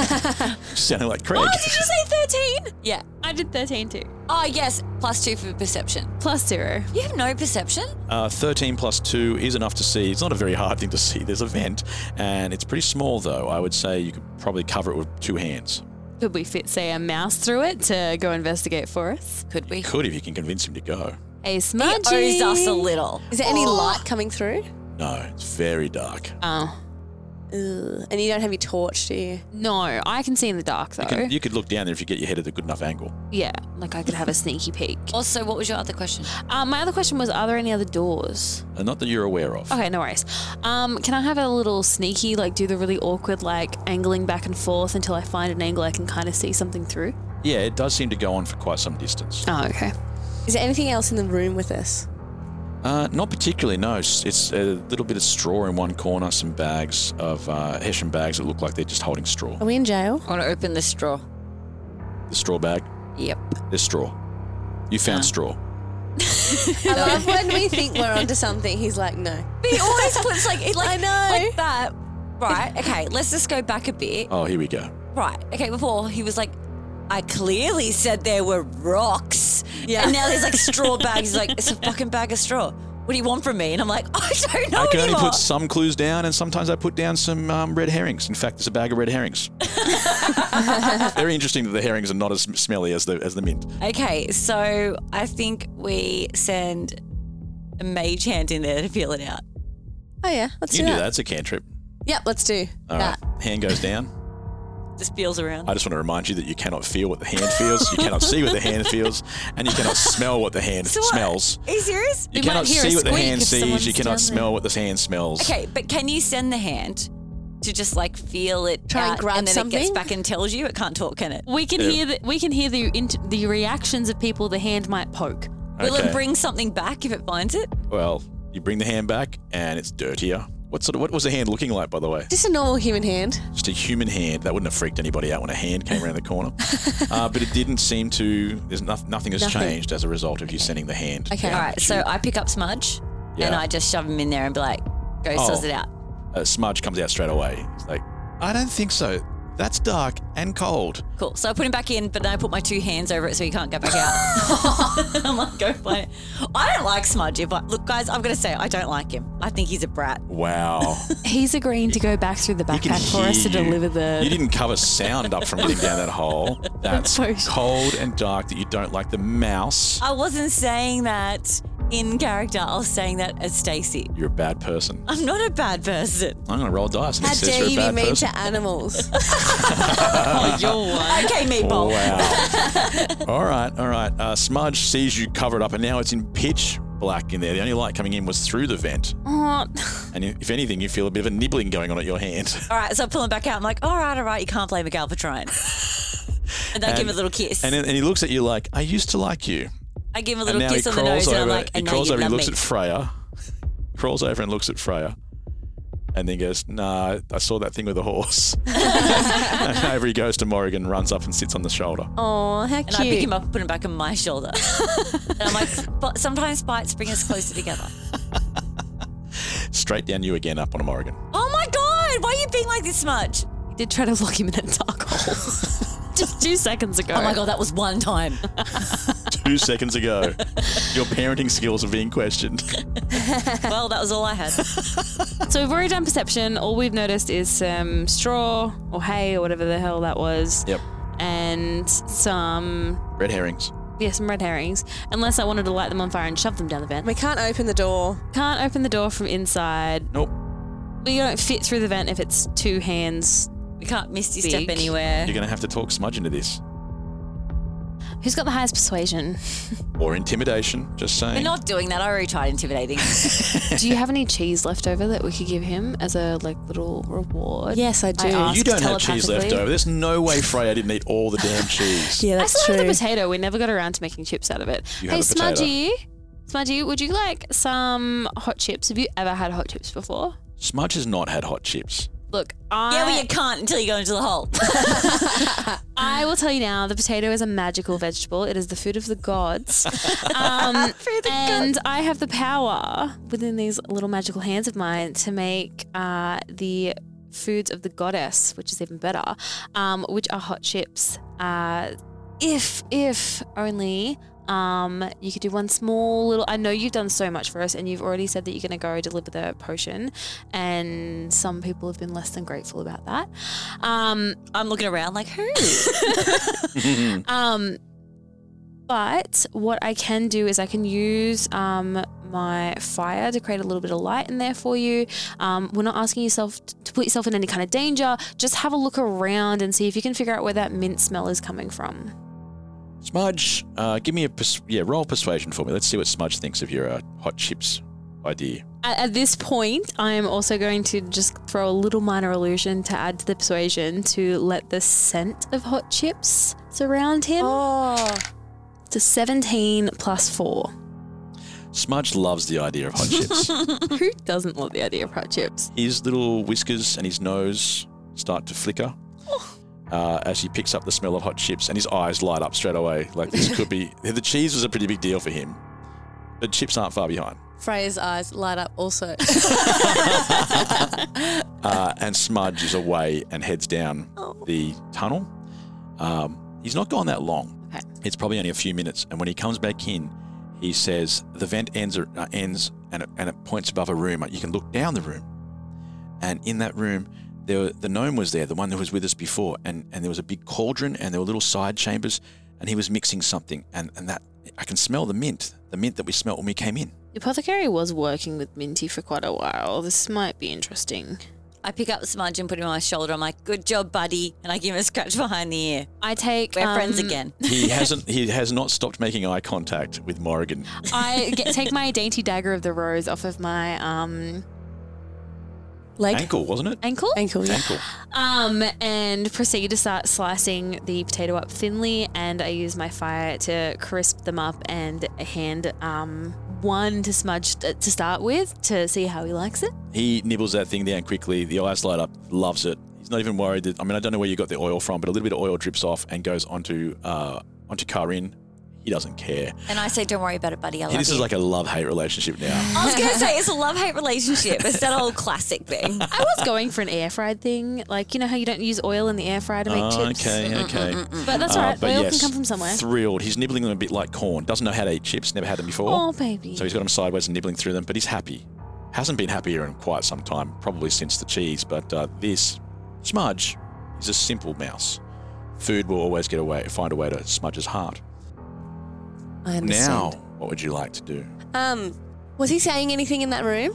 A: Sounding like Craig.
D: Did you say thirteen? Yeah.
B: I did thirteen too.
D: Oh yes, plus two for perception.
B: Plus zero.
D: You have no perception.
A: Uh, 13 plus 2 is enough to see. It's not a very hard thing to see. There's a vent, and it's pretty small, though. I would say you could probably cover it with two hands.
B: Could we fit, say, a mouse through it to go investigate for us?
D: Could we?
A: Could if you can convince him to go.
B: A
D: He
B: smudge.
D: owes us a little.
C: Is there any light coming through?
A: No, it's very dark.
B: Oh
C: Ugh. And you don't have your torch, do you?
B: no, I can see in the dark though.
A: You, can, you could look down there if you get your head at a good enough angle.
B: yeah, like I could have a sneaky peek.
D: Also, what was your other question?
B: Um, my other question was, are there any other doors?
A: Uh, not that you're aware of.
B: Okay, no worries. Um, can I have a little sneaky, like do the really awkward, like angling back and forth until I find an angle I can kind of see something through?
A: Yeah, it does seem to go on for quite some distance.
B: Oh, okay.
C: Is there anything else in the room with us?
A: Uh, not particularly, no. S- It's a little bit of straw in one corner, some bags of uh, Hessian bags that look like they're just holding straw.
C: Are we in jail?
D: I want to open this straw.
A: The straw bag,
D: Yep.
A: there's straw. You found straw.
C: I love when we think we're onto something. He's like, no.
D: But he always puts like, like
C: I know.
D: like that. Right. Okay. Let's just go back a bit.
A: Oh, here we go.
D: Right. Okay. Before he was like, I clearly said there were rocks.
C: Yeah.
D: And now there's like straw bags. He's like, it's a fucking bag of straw. What do you want from me? And I'm like, I don't know
A: I can only
D: anymore.
A: put some clues down, and sometimes I put down some um, red herrings. In fact, there's a bag of red herrings. Very interesting that the herrings are not as smelly as the as the mint.
D: okay. So I think we send a mage hand in there to feel it out.
C: Oh, yeah. Let's
A: You
C: do
A: can do
C: that.
A: that. It's a cantrip.
C: Yep, let's do
A: All right.
C: that.
A: Hand goes down.
D: Just feels around.
A: I just want to remind you that you cannot feel what the hand feels, you cannot see what the hand feels, and you cannot smell what the hand
D: So what?
A: smells.
D: Are you serious?
A: You
B: might
A: cannot
B: hear a
A: see what the
B: squeak
A: hand
B: if
A: sees.
B: someone's
A: You cannot
B: down
A: smell what the hand smells.
D: Okay, but can you send the hand to just like feel it
C: Try and
D: out
C: grab
D: and then it gets
C: something?
D: back and tells you it can't talk, can it?
B: We can
A: Yeah.
B: hear the we can hear the int- the reactions of people the hand might poke.
D: Will
A: Okay.
D: it bring something back if it finds it?
A: Well, you bring the hand back, and it's dirtier. What sort of what was the hand looking like, by the way?
C: Just a normal human hand.
A: just a human hand. That wouldn't have freaked anybody out when a hand came around the corner. uh, but it didn't seem to. There's no, nothing has
C: Nothing.
A: changed as a result of you sending the hand.
C: Okay.
A: down
D: All right,
A: the
D: so
A: tube.
D: I pick up Smudge and
A: Yeah.
D: I just shove him in there and be like, go
A: Oh.
D: source it out.
A: uh, Smudge comes out straight away. It's like, I don't think so. That's dark and cold.
D: Cool. So I put him back in, but then I put my two hands over it so he can't get back out. I'm like, go find it. I don't like Smudge. If I, look, guys, I'm going to say I don't like him. I think he's a brat.
A: Wow.
B: He's agreeing to go back through the
A: You can
B: backpack for us to
A: hear you.
B: deliver
A: You
B: the.
A: didn't cover sound up from getting down that hole. That's
B: Potion.
A: cold and dark that you don't like the mouse.
D: I wasn't saying that in character. I was saying that as Stacy.
A: You're a bad person.
D: I'm not a bad person.
A: I'm going to roll a dice. and it
C: How
A: says
C: dare
A: you're a
C: you be
A: bad
C: mean
A: person.
C: to animals?
D: Oh, you're one. Okay, Meatball.
A: Wow. all right, all right. Uh, Smudge sees you covered up, and now it's in pitch black in there. The only light coming in was through the vent.
B: Oh,
A: And if anything, you feel a bit of a nibbling going on at your hand.
D: All right, so I pull him back out. I'm like, all right, all right, you can't blame a gal for trying. And I give him a little kiss.
A: And, then- and he looks at you like, I used to like you.
D: I give him a
A: And now
D: little
A: he
D: kiss on the nose,
A: crawls
D: and I'm
A: over,
D: like,
A: he
D: and now you
A: crawls over, he
D: love
A: looks
D: me.
A: at Freya, crawls over and looks at Freya, and then goes, Nah, I saw that thing with the horse. and over he goes to Morrigan, runs up and sits on the shoulder.
C: Oh, how
D: And
C: cute.
D: I pick him up and put him back on my shoulder. and I'm like, but sometimes bites bring us closer together.
A: Straight down you again up on a Morrigan.
D: Oh my God, why are you being like this much? Oh
B: I did try to lock him in a dark hole just two seconds ago.
D: Oh my God, that was one time.
A: Two seconds ago, your parenting skills are being questioned.
D: well, that was all I had.
B: So we've already done perception. All we've noticed is some straw or hay or whatever the hell that was.
A: Yep.
B: And some,
A: Red herrings.
B: yeah, some red herrings. Unless I wanted to light them on fire and shove them down the vent.
C: we can't open the door.
B: Can't open the door from inside.
A: Nope.
B: We don't fit through the vent if it's two hands
D: We can't misty step
B: Big.
D: anywhere.
A: You're going to have to talk Smudge into this.
B: Who's got the highest persuasion?
A: or intimidation. Just saying.
D: We're not doing that. I already tried intimidating.
B: Do you have any cheese left over that we could give him as a like little reward?
C: Yes, I do.
B: asked
A: you don't have cheese left
B: telepathically.
A: over. There's no way Freya didn't eat all the damn cheese.
C: yeah,
B: I
C: that's
B: still
C: true.
B: have the potato. We never got around to making chips out of it.
A: You
B: hey,
A: have the potato.
B: Smudgy, Smudgy, would you like some hot chips? Have you ever had hot chips before?
A: Smudge has not had hot chips.
B: Look, I
D: yeah, well, you can't until you go into the hole.
B: I will tell you now, the potato is a magical vegetable. It is the food of the gods. Um, and I have the power within these little magical hands of mine to make uh, the foods of the goddess, which is even better, um, which are hot chips. Uh, if, if only. Um, you could do one small little. I know you've done so much for us, and you've already said that you're going to go deliver the potion, and some people have been less than grateful about that. Um,
D: I'm looking around like, who?
B: um, but what I can do is I can use um, my fire to create a little bit of light in there for you. Um, we're not asking yourself t- to put yourself in any kind of danger. Just have a look around and see if you can figure out where that mint smell is coming from.
A: Smudge, uh, give me a pers- yeah roll persuasion for me. Let's see what Smudge thinks of your uh, hot chips idea.
B: At, at this point, I am also going to just throw a little minor illusion to add to the persuasion to let the scent of hot chips surround him.
C: oh,
B: It's a 17 plus 4.
A: Smudge loves the idea of hot chips.
B: Who doesn't love the idea of hot chips?
A: His little whiskers and his nose start to flicker uh, as he picks up the smell of hot chips, and his eyes light up straight away. Like this could be the cheese was a pretty big deal for him, but chips aren't far behind.
C: Freya's eyes light up also.
A: uh, and Smudge is away and heads down the tunnel. Um, he's not gone that long.
B: Okay.
A: It's probably only a few minutes. And when he comes back in, he says the vent ends uh, ends and it, and it points above a room. You can look down the room, and in that room, there were, the gnome was there, the one that was with us before, and and there was a big cauldron and there were little side chambers, and he was mixing something, and and that I can smell the mint, the mint that we smelt when we came in.
B: The apothecary was working with Minty for quite a while. This might be interesting.
D: I pick up Smudge and put him on my shoulder. I'm like, good job, buddy. And I give him a scratch behind the ear.
B: I take
D: We're friends
B: um,
D: again.
A: He hasn't. He has not stopped making eye contact with Morrigan.
B: I get, take my dainty dagger of the rose off of my um,
C: Leg,
A: ankle, wasn't it?
B: ankle,
C: ankle, yeah.
A: Ankle.
B: um, and proceed to start slicing the potato up thinly. And I use my fire to crisp them up and hand um, one to Smudge t- to start with to see how he likes it.
A: He nibbles that thing down quickly. The eyes light up. Loves it. He's not even worried. That, I mean, I don't know where you got the oil from, but a little bit of oil drips off and goes onto uh, onto Karin. He doesn't care.
D: And I say, don't worry about it, buddy. I love
A: this
D: you.
A: is like a love hate relationship now.
D: I was going to say, it's a love hate relationship. It's that old classic thing.
B: I was going for an air fried thing, like you know how you don't use oil in the air fryer to make
A: Ah,
B: chips. Mm,
A: okay, okay.
B: But that's
A: Uh,
B: all right.
A: but
B: Oil
A: yes,
B: can come from somewhere.
A: Thrilled. He's nibbling them a bit like corn. Doesn't know how to eat chips. Never had them before.
B: Oh, baby.
A: So he's got them sideways and nibbling through them, but he's happy. Hasn't been happier in quite some time, probably since the cheese, but uh, this smudge is a simple mouse. Food will always get away, find a way to smudge his heart.
C: I understand.
A: Now, what would you like to do?
C: Um, was he saying anything in that room?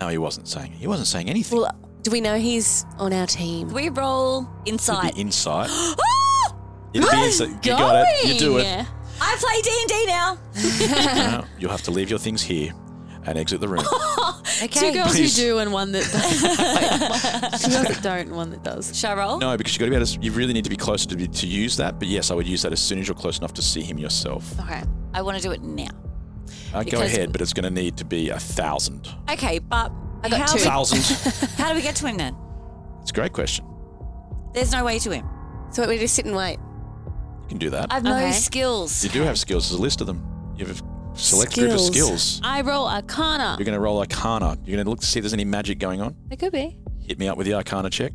A: No, he wasn't saying. He wasn't saying anything.
C: Well, do we know he's on our team?
D: We roll
A: It'd
D: insight.
A: be insight.
D: Ah!
A: It'd be insight. You got it. You do it.
B: Going.
D: I play D and D now.
A: No, you'll have to leave your things here and exit the room.
B: Two girls
A: Please.
B: who do and one that doesn't. Two girls that don't and one that does.
D: Shall I roll?
A: no, because you got to be able to. You really need to be closer to be, to use that. But yes, I would use that as soon as you're close enough to see him yourself.
B: Okay.
D: I want to do it now.
A: Uh, go
D: Because-
A: ahead, but it's going to need to be a thousand.
D: Okay, but
C: I got
D: how,
C: two.
A: Thousand.
D: how do we get to him then?
A: It's a great question.
D: There's no way to him.
C: So we just sit and wait.
A: You can do that.
D: I've no
B: Okay.
D: skills.
A: you do have skills. There's a list of them. You have a select group of
C: Skills.
A: skills.
B: I roll Arcana.
A: You're going to roll Arcana. You're going to look to see if there's any magic going on.
B: It could be.
A: Hit me up with the Arcana check.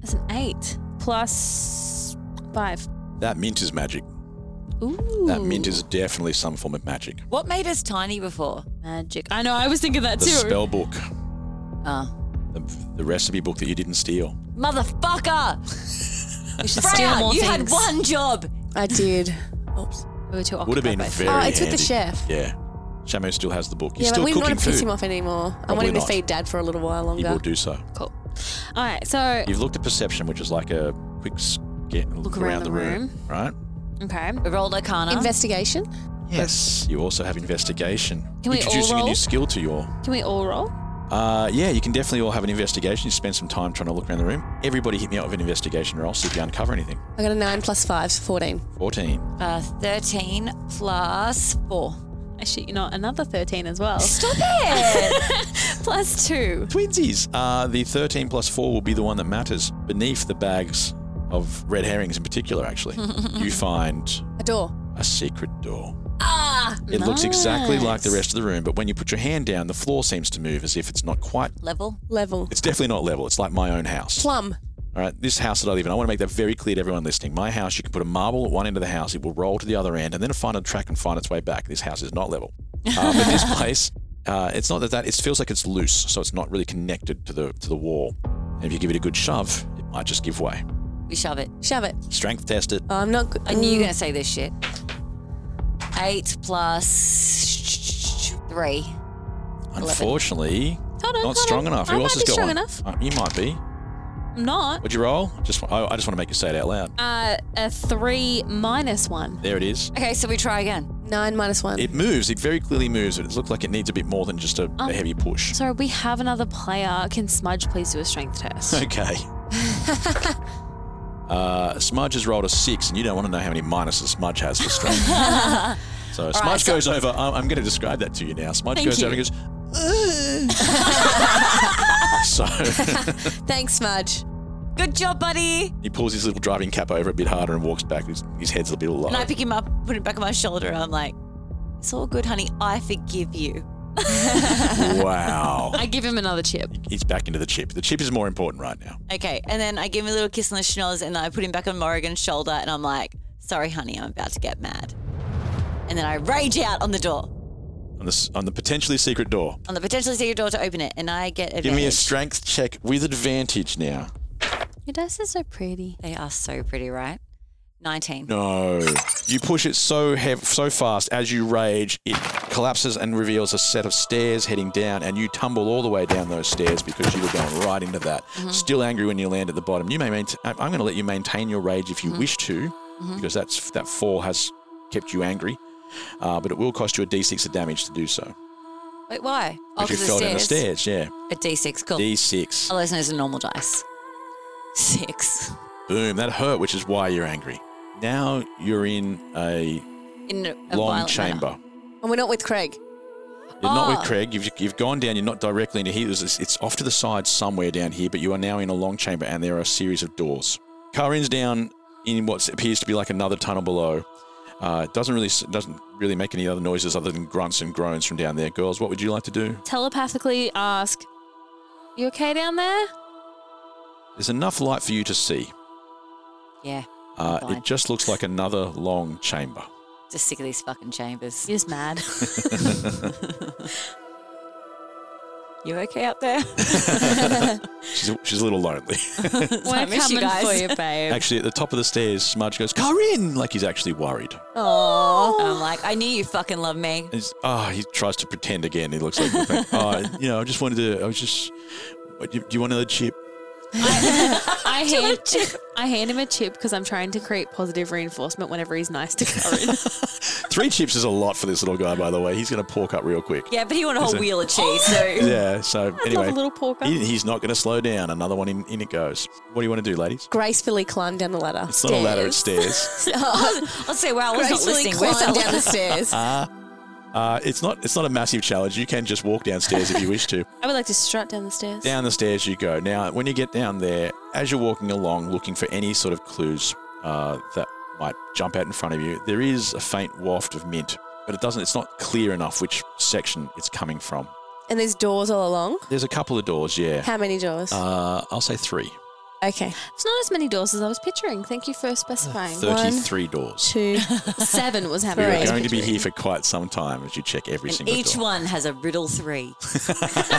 B: That's an eight plus five.
A: That mint is magic.
B: Ooh.
A: That mint is definitely some form of magic.
D: What made us tiny before?
B: magic. I know. I was thinking that
A: The
B: too.
A: spell book,
D: Oh.
A: the, the recipe book that you didn't steal.
D: Motherfucker!
B: we should steal
D: Brown,
B: more
D: you had
B: things.
D: one job.
C: I did. Oops.
B: We were too
A: Would have been
B: occupied by
A: very.
C: Oh, it's with the
A: handy.
C: chef.
A: Yeah, Shamu still has the book. He's
C: yeah,
A: still
C: but we
A: cooking
C: don't want to
A: food.
C: piss him off anymore. I want
A: Probably
C: him to
A: not.
C: feed Dad for a little while
A: He will
C: longer.
A: do so.
B: Cool. All right. So
A: You've looked at perception, which is like a quick s- get look, around, the room, right?
B: Okay.
D: Roll Arcana.
C: Investigation.
A: Yes. You also have investigation.
B: Can we all
A: Introducing a
B: roll?
A: new skill to your.
B: Can we all roll?
A: Uh, yeah, you can definitely all have an investigation. You spend some time trying to look around the room. Everybody hit me up with an investigation roll, see if you uncover anything.
C: I got a nine plus five, so 14.
A: 14.
D: uh, 13 plus 4.
B: I shit you not, another 13 as well.
D: Stop it!
B: Plus two.
A: Twinsies. Uh, the 13 plus 4 will be the one that matters beneath the bags of red herrings in particular, actually. you find
C: A door.
A: a secret door. Ah! It looks exactly like the rest of the room, but when you put your hand down, the floor seems to move as if it's not quite.
D: Level.
C: Level.
A: It's definitely not level. It's like my own house.
C: Plum.
A: All right, this house that I live in, I want to make that very clear to everyone listening. My house, you can put a marble at one end of the house, it will roll to the other end, and then find a track and find its way back. This house is not level. Uh, but this place, uh, it's not that that it feels like it's loose, so it's not really connected to the to the wall. And if you give it a good shove, it might just give way.
D: We shove it.
C: Shove it. Oh,
A: Strength test it.
C: I'm not mm, good.
D: I knew you were going to say this shit. 8 plus 3.
A: Unfortunately,
B: Hold on,
A: not
B: hold
A: strong
B: on.
A: enough. Who
B: I
A: else
B: might
A: has
B: be
A: got
B: strong
A: one?
B: enough.
A: Uh, you might be.
B: I'm not.
A: Would you roll? Just I, I just want to make you say it out loud.
B: Uh, a three minus one.
A: There it is.
D: Okay, so we try again.
C: Nine minus one.
A: It moves. It very clearly moves. It looked like it needs a bit more than just a,
B: Um,
A: a heavy push.
B: Sorry, we have another player. Can Smudge please do a strength test?
A: Okay. uh, Smudge has rolled a six, and you don't want to know how many minuses Smudge has for strength. so Smudge goes over. I'm, I'm going to describe that to you now. Smudge goes over and goes. "Ugh." so
C: Thanks, Smudge.
D: Good job, buddy.
A: he pulls his little driving cap over a bit harder and walks back. His, his head's a bit low.
D: And I pick him up, put him back on my shoulder, and I'm like, it's all good, honey. I forgive you.
A: wow.
B: I give him another chip.
A: He's back into the chip. The chip is more important right now.
D: Okay, and then I give him a little kiss on the schnoz, and I put him back on Morrigan's shoulder, and I'm like, sorry, honey, I'm about to get mad. And then I rage out on the door,
A: On the, s- on the potentially secret door.
D: on the potentially secret door to open it, and I get advantage.
A: Give me a strength check with advantage now.
B: Your dice is so pretty.
D: They are so pretty, right? 19.
A: No. You push it so hev- so fast as you rage, it collapses and reveals a set of stairs heading down, and you tumble all the way down those stairs because you were going right into that.
D: Mm-hmm.
A: Still angry when you land at the bottom. You may maintain, I'm going to let you maintain your rage if you
D: Mm-hmm.
A: wish to, because that's that fall has kept you angry, uh, but it will cost you a d6 of damage to do so.
D: Wait, why?
A: Because you fell down the stairs, yeah.
D: A D6, cool.
A: D6.
D: All those knows are normal dice. Six.
A: Boom. That hurt, which is why you're angry. Now you're in a
D: In a a
A: long
D: violent
A: chamber.
D: manner.
C: And we're not with Craig.
A: You're not
D: Ah.
A: with Craig. You've, you've gone down. You're not directly into here. It's, it's off to the side somewhere down here, but you are now in a long chamber and there are a series of doors. Karin's down in what appears to be like another tunnel below. Uh, it doesn't really s- doesn't really make any other noises other than grunts and groans from down there. Girls, what would you like to do?
B: Telepathically ask, you okay down there?
A: There's enough light for you to see.
D: Yeah.
A: Uh,
D: Oh, Fine.
A: it just looks like another long chamber.
D: Just sick of these fucking chambers.
B: You're just mad.
D: You okay up there?
A: She's a, she's a little lonely.
B: We're
D: miss
B: coming
D: you guys.
B: for you, babe.
A: actually, at the top of the stairs, Smudge goes, Karin! Like he's actually worried.
D: Oh. I'm like, I knew you fucking love me.
A: He's, oh, he tries to pretend again. He looks like, oh, you know, I just wanted to, I was just, what, do, you, do you want another chip?
B: I hand, I hand him a chip because I'm trying to create positive reinforcement whenever he's nice to Corin.
A: Three chips is a lot for this little guy, by the way. He's going to pork up real quick.
D: Yeah, but he want a whole
A: it-
D: wheel of cheese, so
A: Yeah, so anyway,
B: a little pork up.
A: he- he's not going to slow down. Another one in, in it goes. What do you want to do, ladies?
C: Gracefully climb down the ladder.
A: It's not a ladder, it's stairs.
D: I'll say, wow, I was not
C: Gracefully
D: listening. Where's
C: climb
D: that
C: down the stairs.
A: Uh, it's not it's not a massive challenge. You can just walk downstairs if you wish to.
B: I would like to strut down the stairs.
A: Down the stairs you go. Now, when you get down there, as you're walking along looking for any sort of clues uh, that might jump out in front of you, there is a faint waft of mint, but it doesn't. It's not clear enough which section it's coming from.
C: and there's doors all along.
A: There's a couple of doors, yeah.
C: How many doors?
A: Uh, I'll say three.
C: okay.
B: It's not as many doors as I was picturing. Thank you for specifying.
A: Thirty-three doors.
C: Two.
B: Seven was
A: Uh, We
B: happening.
A: are
C: Right.
A: going to be here for quite some time as you check every
D: And
A: single
D: each
A: door.
D: one has a riddle three.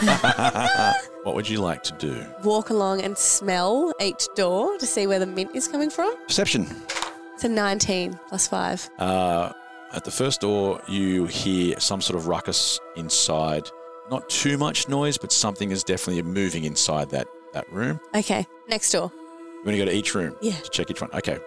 A: What would you like to do?
C: Walk along and smell each door to see where the mint is coming from.
A: Perception.
C: It's a 19 plus five.
A: Uh, at the first door, you hear some sort of ruckus inside. Not too much noise, but something is definitely moving inside that, that room.
C: Okay. Next door.
A: You want to go to each room?
C: Yeah.
A: To check each one. Okay.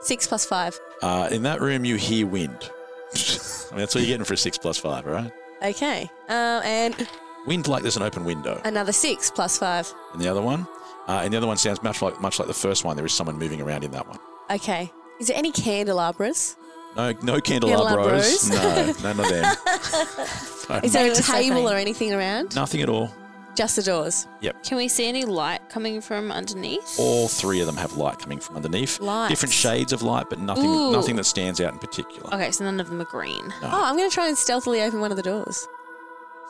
C: Six plus five.
A: Uh, in that room, you hear wind. I mean, that's what you're getting for a six plus five, all right?
C: Okay. Um, and
A: Wind like there's an open window.
C: another six plus five.
A: And the other one? Uh, and the other one sounds much like much like the first one. There is someone moving around in that one.
C: Okay. Is there any candelabras?
A: No, no candelabros. No,
C: Candelabros.
A: none of them. No.
C: Is there a
D: They were so
C: table
D: funny.
C: or anything around?
A: Nothing at all.
C: Just the doors.
B: Can we see any light coming from underneath?
A: All three of them have light coming from underneath.
C: Lights.
A: Different shades of light, but nothing
B: Ooh.
A: nothing that stands out in particular.
B: Okay, so none of them are green.
A: No.
C: Oh, I'm going to try and stealthily open one of the doors.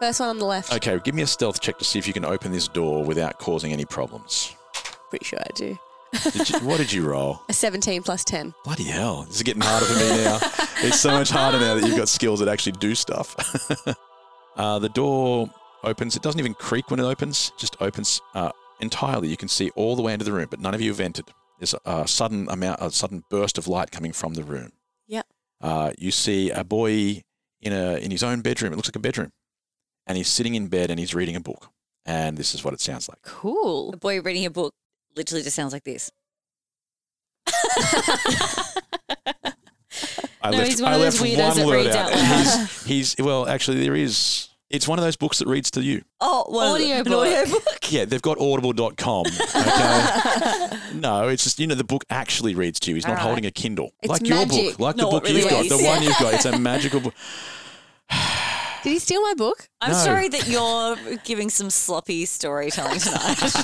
C: First one on the left.
A: Okay, give me a stealth check to see if you can open this door without causing any problems.
C: Pretty sure I do.
A: Did you, what did you roll?
C: A 17 plus 10.
A: Bloody hell. This is getting harder for me now. It's so much harder now that you've got skills that actually do stuff. uh, the door opens. It doesn't even creak when it opens, it just opens uh, entirely. You can see all the way into the room, but none of you have entered. There's a sudden amount, a sudden burst of light coming from the room.
C: Yep.
A: Uh, you see a boy in, a, in his own bedroom. It looks like a bedroom. And he's sitting in bed and he's reading a book. And this is what it sounds like.
B: Cool.
D: The boy reading a book literally just sounds like this.
A: I
B: No,
A: left,
B: he's one
A: I
B: of those
A: left
B: weirdos
A: one
B: that
A: word
B: reads
A: out.
B: out loud.
A: He's, he's well, actually, there is. It's one of those books that reads to you.
D: Oh, well,
B: Audio
D: an audio
B: book.
D: book.
A: Yeah, they've got audible.com. Okay. no, it's just, you know, the book actually reads to you. He's not
D: Alright.
A: holding a Kindle.
C: It's
A: like your book,
C: magic.
A: like
D: No,
A: the
D: it
A: book
D: really
A: you've got,
D: is.
A: the one you've got. It's a magical book.
C: Did he steal my book?
D: I'm
A: No.
D: sorry that you're giving some sloppy storytelling tonight.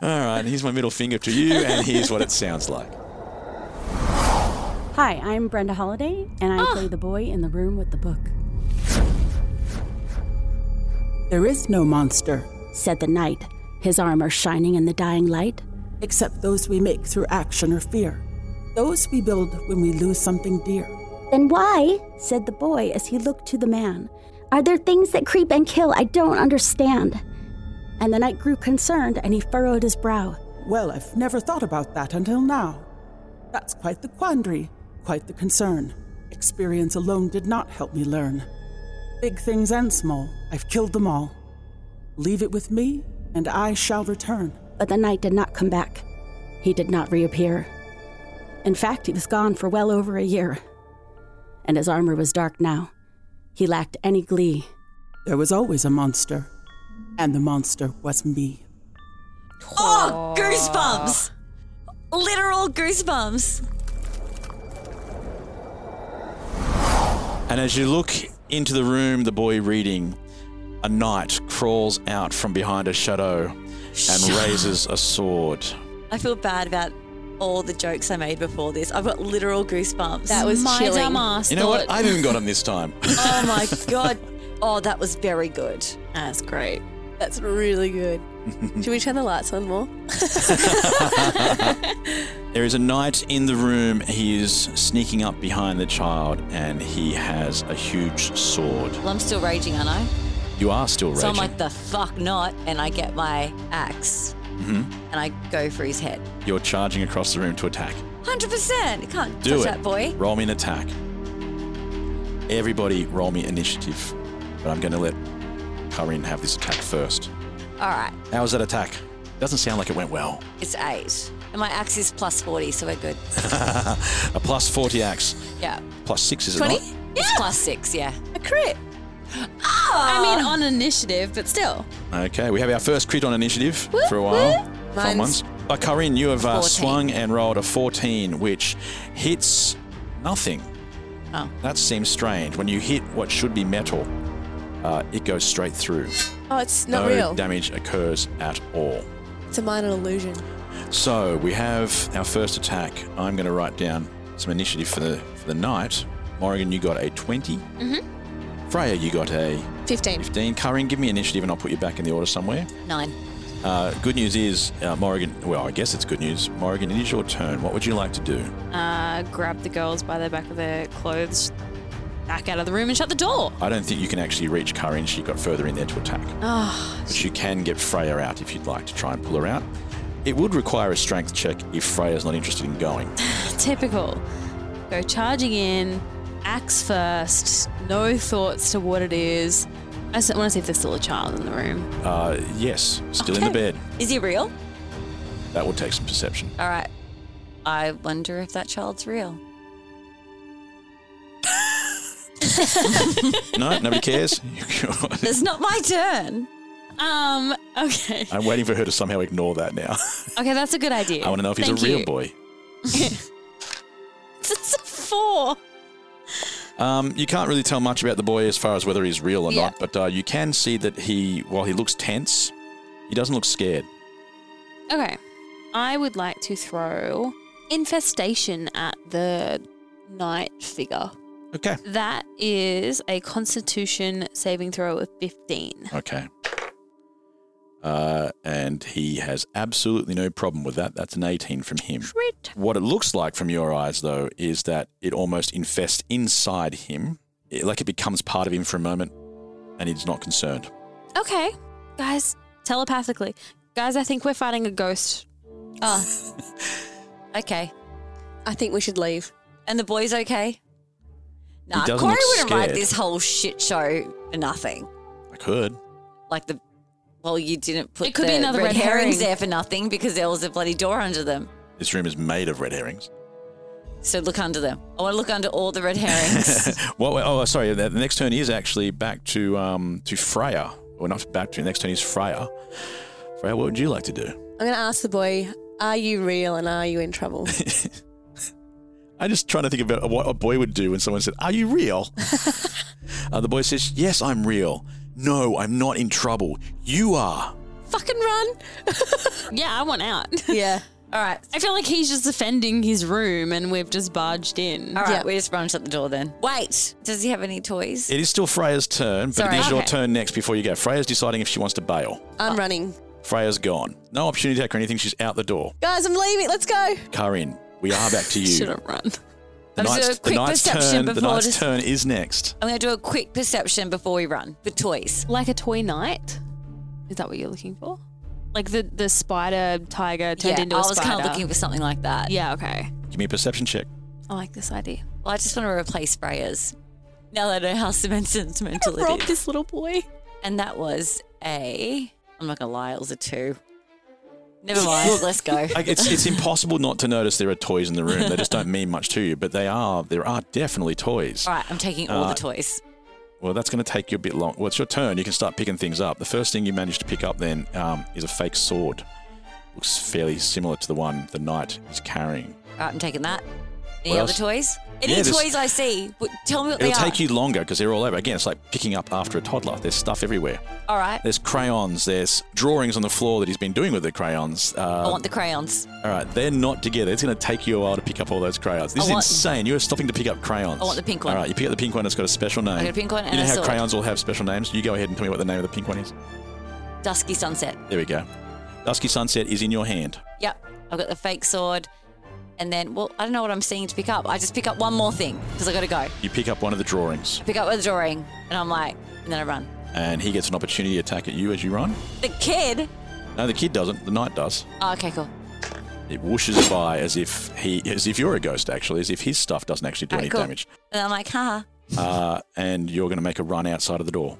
A: All right, here's my middle finger to you, and here's what it sounds like.
H: Hi, I'm Brenda Holiday, and I play the boy in the room with the book.
I: There is no monster,
H: Said the knight, his armor shining in the dying light.
I: except those we make through action or fear, those we build when we lose something dear.
H: Then why? Said the boy as he looked to the man. Are there things that creep and kill I don't understand? And the knight grew concerned and he furrowed his brow.
I: Well, I've never thought about that until now. That's quite the quandary, quite the concern. Experience alone did not help me learn. Big things and small, I've killed them all. Leave it with me, and I shall return.
H: But the knight did not come back. He did not reappear. In fact, he was gone for well over a year. And his armor was dark now. He lacked any glee.
I: There was always a monster, and the monster was me.
D: oh, goosebumps. Literal goosebumps.
A: And as you look into the room, the boy reading, a knight crawls out from behind a shadow and raises a sword.
D: I feel bad about all the jokes I made before this. I've got literal goosebumps.
C: That was
B: My
C: chilling.
B: dumb ass
A: You know what?
B: thought-
A: I haven't even got him this time.
D: oh my god. Oh, that was very good.
B: That's great.
C: That's really good. Should we turn the lights on more?
A: There is a knight in the room. He is sneaking up behind the child and he has a huge sword.
D: Well, I'm still raging, aren't I?
A: You are still raging.
D: So I'm like, the fuck not. And I get my ax
A: Mm-hmm.
D: and I go for his head.
A: You're charging across the room to attack.
D: 100%. You can't
A: Do
D: touch
A: it.
D: that boy.
A: Roll me an attack. Everybody, roll me initiative. But I'm going to let Karin have this attack first.
D: All right.
A: How was that attack? Doesn't sound like it went well.
D: It's eight. And my axe is plus 40, so we're good.
A: A plus 40 axe.
D: Yeah.
A: Plus 6, is it
D: 20?
A: not?
D: It's plus six, yeah.
C: A crit.
D: Ah!
B: I mean, on initiative, but still.
A: Okay, we have our first crit on initiative for a while. Fun
C: Mine's-
A: ones. Uh, Karin, you have uh,
D: 14.
A: swung and rolled a 14, which hits nothing.
D: Oh.
A: That seems strange. When you hit what should be metal, uh, it goes straight through.
C: Oh, it's
A: no
C: not real.
A: damage occurs at all.
C: It's a minor illusion.
A: So we have our first attack. I'm going to write down some initiative for the for the night. Morrigan, you got a 20. Mm-hmm. Freya, you got a
C: 15.
A: 15. Karin, give me initiative and I'll put you back in the order somewhere.
D: Nine.
A: Uh, good news is, uh, Morrigan, well, I guess it's good news. Morrigan, it is your turn. What would you like to do?
B: Uh, grab the girls by the back of their clothes, back out of the room, and shut the door.
A: I don't think you can actually reach Karin. She got further in there to attack.
B: Ah,
A: But you can get Freya out if you'd like to try and pull her out. It would require a strength check if Freya's not interested in going.
B: Typical. Go charging in, axe first, no thoughts to what it is. I just want to see if there's still a child in the room.
A: Uh, yes, still in the bed.
D: Is he real?
A: That will take some perception.
D: All right. I wonder if that child's real.
A: No, nobody cares.
D: It's not my turn.
B: Um. Okay.
A: I'm waiting for her to somehow ignore that now.
B: Okay, that's a good idea.
A: I want to know if he's
B: Thank
A: a real
B: you.
A: boy.
B: It's a four.
A: Um, you can't really tell much about the boy as far as whether he's real or
D: Yeah.
A: not, but uh, you can see that he, while he looks tense, he doesn't look scared.
B: Okay. I would like to throw infestation at the knight figure.
A: Okay.
B: That is a constitution saving throw of 15.
A: Okay. Uh, and he has absolutely no problem with that. That's an 18 from him.
B: Sweet.
A: What it looks like from your eyes, though, is that it almost infests inside him, It- like it becomes part of him for a moment, and he's not concerned.
B: Okay. Guys, telepathically. Guys, I think we're fighting a ghost.
D: Ah. okay.
C: I think we should leave.
D: And the boy's okay? Nah,
A: doesn't
D: Corey
A: look
D: wouldn't ride
A: scared.
D: this whole shit show for nothing.
A: I could.
D: Like the well, you didn't put
B: It could
D: the
B: be another
D: red,
B: red
D: herrings
B: herring.
D: there for nothing because there was a bloody door under them.
A: This room is made of red herrings.
D: So look under them. I want to look under all the red herrings.
A: Well, oh, sorry. The the next turn is actually back to um, to Freya. Well, not back to. The next turn is Freya. Freya, what would you like to do?
C: I'm going to ask the boy, are you real and are you in trouble?
A: I'm just trying to think about what a boy would do when someone said, "Are you real?" uh, the boy says, "Yes, I'm real. No, I'm not in trouble. You are."
C: Fucking run.
B: Yeah, I want out.
C: Yeah.
D: all right.
B: I feel like he's just defending his room and we've just barged in.
D: All right.
C: Yeah.
D: We just run shut the door then. Wait. Does he have any toys?
A: It is still Freya's turn, but
D: Sorry.
A: it is your
B: Okay.
A: turn next before you go. Freya's deciding if she wants to bail.
C: I'm running.
A: Freya's gone. No opportunity attack or anything. She's out the door.
C: Guys, I'm leaving. Let's go.
A: Karin, we are back to
B: Should
A: you.
B: have run.
A: The
D: I'm just
A: knight's,
D: doing a quick
A: the knight's
D: perception
A: turn. The
D: before
A: knight's
D: just-
A: turn is next.
D: I'm going to do a quick perception before we run. The toys.
B: Like a toy knight? Is that what you're looking for? Like the, the spider tiger turned into
D: I
B: a
D: was
B: spider.
D: kind of looking for something like that.
B: yeah, okay.
A: Give me a perception check.
B: I like this idea.
D: Well, I just want to replace sprayers. Now that I know how cement- sentimental
B: Rob
D: it is.
B: this little boy.
D: And that was a. I'm not gonna lie, it was a two. Never mind. let's go.
A: Like, it's it's impossible not to notice there are toys in the room. They just don't mean much to you, but they are there are definitely toys.
D: All right, I'm taking all
A: Uh,
D: the toys.
A: Well, that's going to take you a bit long. Well, it's your turn. You can start picking things up. The first thing you manage to pick up then um, is a fake sword. Looks fairly similar to the one the knight is carrying.
D: All right, I'm taking that. Any
A: What
D: other
A: else?
D: toys? Any
A: Yeah, this-
D: toys I see? w- Tell me what
A: It'll
D: they
A: take
D: are.
A: you longer because they're all over. Again, it's like picking up after a toddler. There's stuff everywhere.
D: all right,
A: There's crayons. There's drawings on the floor that he's been doing with the crayons.
D: I
A: Uh,
D: want the crayons.
A: all right, they're not together. It's going to take you a while to pick up all those crayons. This
D: I
A: is
D: want-
A: insane. You're stopping to pick up crayons.
D: I want the pink one.
A: All right, you pick up the pink one. It's got a special name.
D: got a pink one and
A: You know
D: a
A: how
D: sword.
A: crayons all have special names. You go ahead and tell me what the name of the pink one is.
D: Dusky sunset.
A: There we go. Dusky Sunset is in your hand.
D: Yep, I've got the fake sword. And then, well, I don't know what I'm seeing to pick up. I just pick up one more thing because I gotta go.
A: You pick up one of the drawings,
D: Pick up a drawing, and I'm like, and then I run.
A: and he gets an opportunity attack at you as you run.
D: The kid.
A: No, the kid doesn't. The knight does.
D: Oh, okay, cool.
A: It whooshes by as if he, as if you're a ghost, actually, as if his stuff doesn't actually do
D: All right,
A: any
D: cool.
A: damage.
D: And I'm like, haha.
A: Uh, and you're going to make a run outside of the door,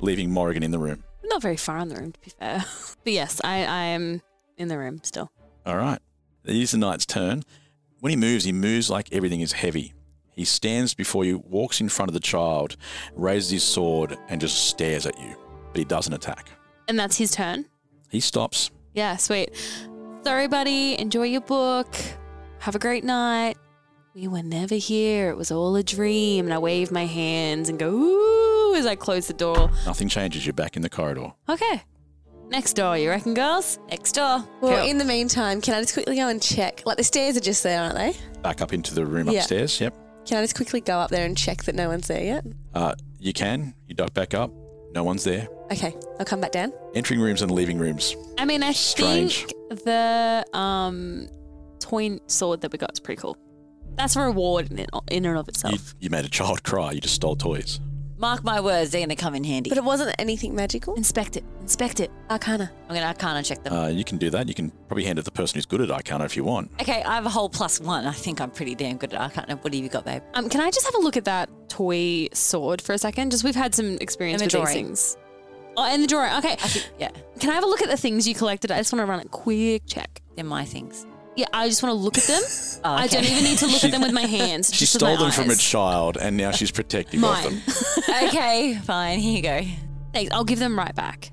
A: leaving Morrigan in the room.
B: Not very far in the room, to be fair. but yes, I, I am in the room still.
A: All right. It is the knight's turn. When he moves, he moves like everything is heavy. He stands before you, walks in front of the child, raises his sword, and just stares at you. But he doesn't attack.
B: And that's his turn.
A: He stops.
B: Yeah, sweet. Sorry, buddy. Enjoy your book. Have a great night. We were never here. It was all a dream. And I wave my hands and go, ooh, as I close the door.
A: Nothing changes. You're back in the corridor.
B: Okay. Next door, you reckon, girls?
D: Next door.
C: Well, in the meantime, can I just quickly go and check? Like the stairs are just there, aren't they?
A: Back up into the room
C: Yeah.
A: upstairs. Yep.
C: Can I just quickly go up there and check that no one's there yet?
A: Uh, you can. You duck back up. No one's there.
C: Okay, I'll come back down.
A: Entering rooms and leaving rooms.
B: I mean, I
A: Strange.
B: think the um, toy sword that we got is pretty cool. That's a reward in, it, in and of
A: You,
B: itself.
A: you made a child cry. You just stole toys.
D: Mark my words, they're gonna come in handy.
C: But it wasn't anything magical.
B: Inspect it. Inspect it.
C: Arcana.
D: I'm gonna Arcana check them.
A: Uh, you can do that. You can probably hand it to the person who's good at Arcana if you want.
D: okay, I have a whole plus one. I think I'm pretty damn good at Arcana. What have you got, babe?
B: Um, can I just have a look at that toy sword for a second? Just we've had some experience
D: And the
B: with these
D: drawing.
B: things. Oh, and the drawing. Okay.
D: Yeah.
B: Can I have a look at the things you collected? I just want to run a quick check.
D: They're my things.
B: Yeah, I just want to look at them.
D: Oh,
B: I don't
D: okay.
B: even need to look at them with my hands.
A: She
B: just with
A: stole
B: my
A: them from a
B: eyes.
A: child and now she's protective of them.
B: Mine.
D: okay, fine. Here you go.
B: Thanks. I'll give them right back.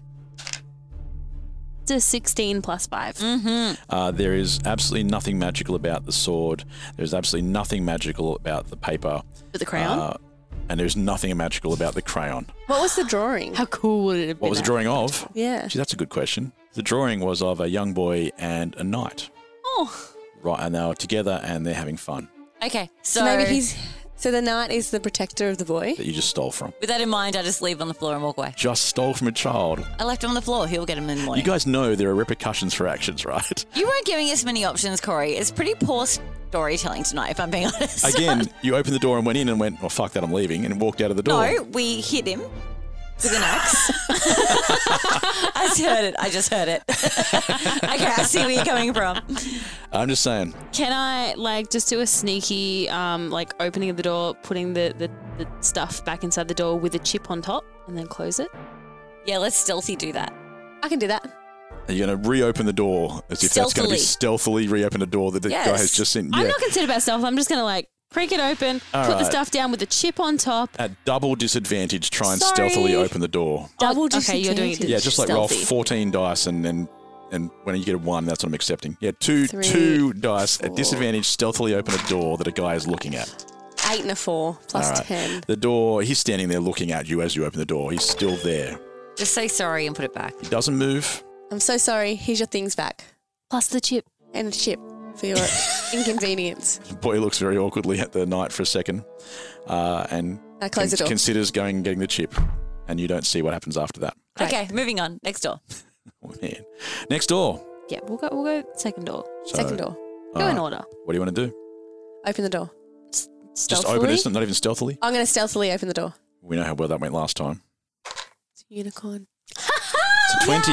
B: To 16 plus 5.
A: Uh, there is absolutely nothing magical about the sword. There's absolutely nothing magical about the paper.
B: With the crayon?
A: Uh, and there's nothing magical about the crayon.
C: What was the drawing?
B: How cool would it have been?
A: What was the drawing of?
C: Yeah.
A: Gee, that's a good question. The drawing was of a young boy and a knight.
B: Oh,
A: Right, and they were together and they're having fun
D: Okay, so,
C: So maybe he's. So the knight is the protector of the boy.
A: that you just stole from.
D: with that in mind, I just leave on the floor and walk away.
A: Just stole from a child.
D: I left him on the floor. He'll get him in the
A: You
D: morning.
A: guys know there are repercussions for actions, right?
D: You weren't giving us many options, Corey. It's pretty poor storytelling tonight, if I'm being honest.
A: Again, you opened the door and went in and went, "Oh fuck that, I'm leaving," and walked out of the door.
D: no, we hit him with an axe. I just heard it. I just heard it. okay, I see where you're coming from.
A: I'm just saying.
B: can I like just do a sneaky um like opening of the door, putting the, the the stuff back inside the door with a chip on top, and then close it?
D: Yeah, let's stealthy do that.
C: I can do that.
A: You're going to reopen the door as if that's going to
D: Stealthily.
A: be stealthily reopen a door that the guy has
D: Yes.
A: just seen.
B: I'm
A: Yeah.
B: not concerned about stuff. I'm just gonna like crank it open, put the
A: right.
B: stuff down with the chip on top.
A: At double disadvantage, try and
B: Sorry.
A: stealthily open the door.
C: Double
B: Oh, okay, you're doing it.
C: disadvantage.
A: Yeah, just like roll
B: stealthy.
A: 14 dice and then. And when you get a one, that's what I'm accepting. Yeah, two
C: Three,
A: two dice at disadvantage, stealthily open a door that a guy is looking at.
C: Eight and a four plus ten.
A: The door, he's standing there looking at you as you open the door. He's still there.
D: Just say sorry and put it back.
A: He doesn't move.
C: I'm so sorry. Here's your things back
B: Plus the chip.
C: and a chip for your inconvenience.
A: The boy looks very awkwardly at the knight for a second uh, and
C: I close the door.
A: considers going and getting the chip. And you don't see what happens after that.
C: Great.
D: Okay, moving on. Next door.
A: Oh, man. Next door.
B: Yeah, we'll go. We'll go second door.
A: So,
C: Second door.
A: all
B: Go in
A: right,
B: order.
A: What do you want to do?
C: Open the door.
A: Just open it, not even stealthily.
C: I'm going to stealthily open the door.
A: We know how well that went last time.
C: It's a unicorn.
A: It's a 20.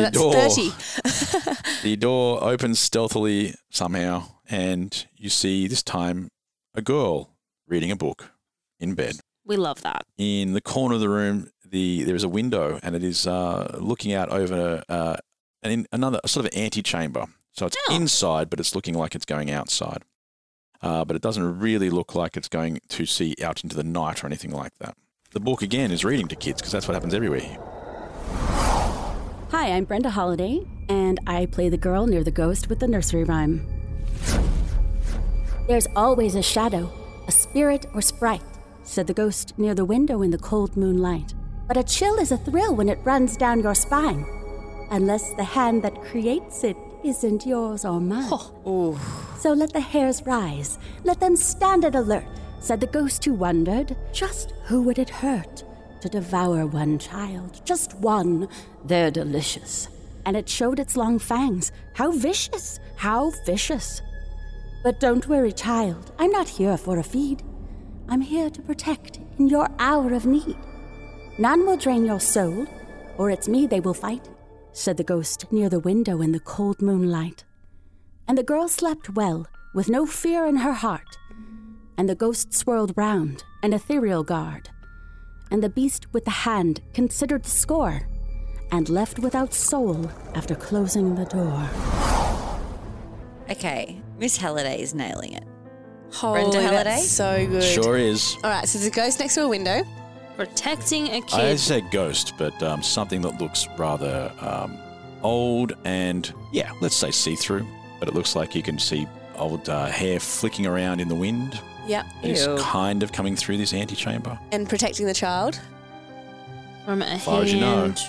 A: The
C: that's
A: door.
C: 30.
A: The door opens stealthily somehow, and you see this time a girl reading a book in bed.
B: We love that.
A: in the corner of the room, the there is a window, and it is uh, looking out over uh, an, in another a sort of antechamber. So it's
B: Oh.
A: inside, but it's looking like it's going outside. Uh, but it doesn't really look like it's going to see out into the night or anything like that. The book again is reading to kids because that's what happens everywhere.
H: Hi, I'm Brenda Holiday, and I play the girl near the ghost with the nursery rhyme. There's always a shadow, a spirit or sprite, said the ghost near the window in the cold moonlight. But a chill is a thrill when it runs down your spine, unless the hand that creates it isn't yours or mine. So let the hairs rise, let them stand at alert, said the ghost who wondered. Just who would it hurt to devour one child? Just one. They're delicious. And it showed its long fangs. How vicious! How vicious! But don't worry, child. I'm not here for a feed. I'm here to protect in your hour of need. None will drain your soul, or it's me they will fight, said the ghost near the window in the cold moonlight. And the girl slept well, with no fear in her heart. And the ghost swirled round, an ethereal guard. And the beast with the hand considered the score, and left without soul after closing the door.
D: Okay, Miss Halliday is nailing it.
C: Holy,
D: Halliday?
C: that's so good.
A: Sure is.
C: All right, so there's a ghost next to a window.
B: Protecting a kid.
A: I say ghost, but um, something that looks rather um, old and yeah, let's say see-through. But it looks like you can see old uh, hair flicking around in the wind.
C: Yep.
A: It's
D: Ew.
A: kind of coming through this antechamber.
C: And protecting the child.
B: from a
A: Far as you know.
B: hand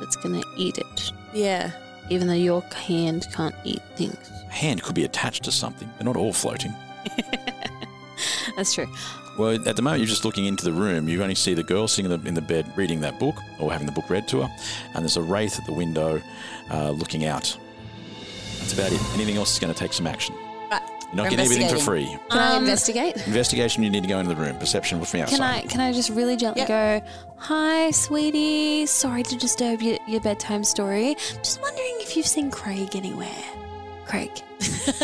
B: that's gonna eat it,
C: Yeah.
B: even though your hand can't eat things.
A: Hand could be attached to something. They're not all floating.
B: That's true.
A: Well, at the moment, you're just looking into the room. You only see the girl sitting in the, in the bed reading that book or having the book read to her, and there's a wraith at the window uh, looking out. That's about it. Anything else is going to take some action.
C: Right.
A: You're not getting everything for free.
C: Can I
B: Um,
C: investigate?
A: Investigation, you need to go into the room. Perception from outside.
B: Can I can I just really gently go, Hi sweetie, sorry to disturb your, your bedtime story. Just wondering if you've seen Craig anywhere. Craig.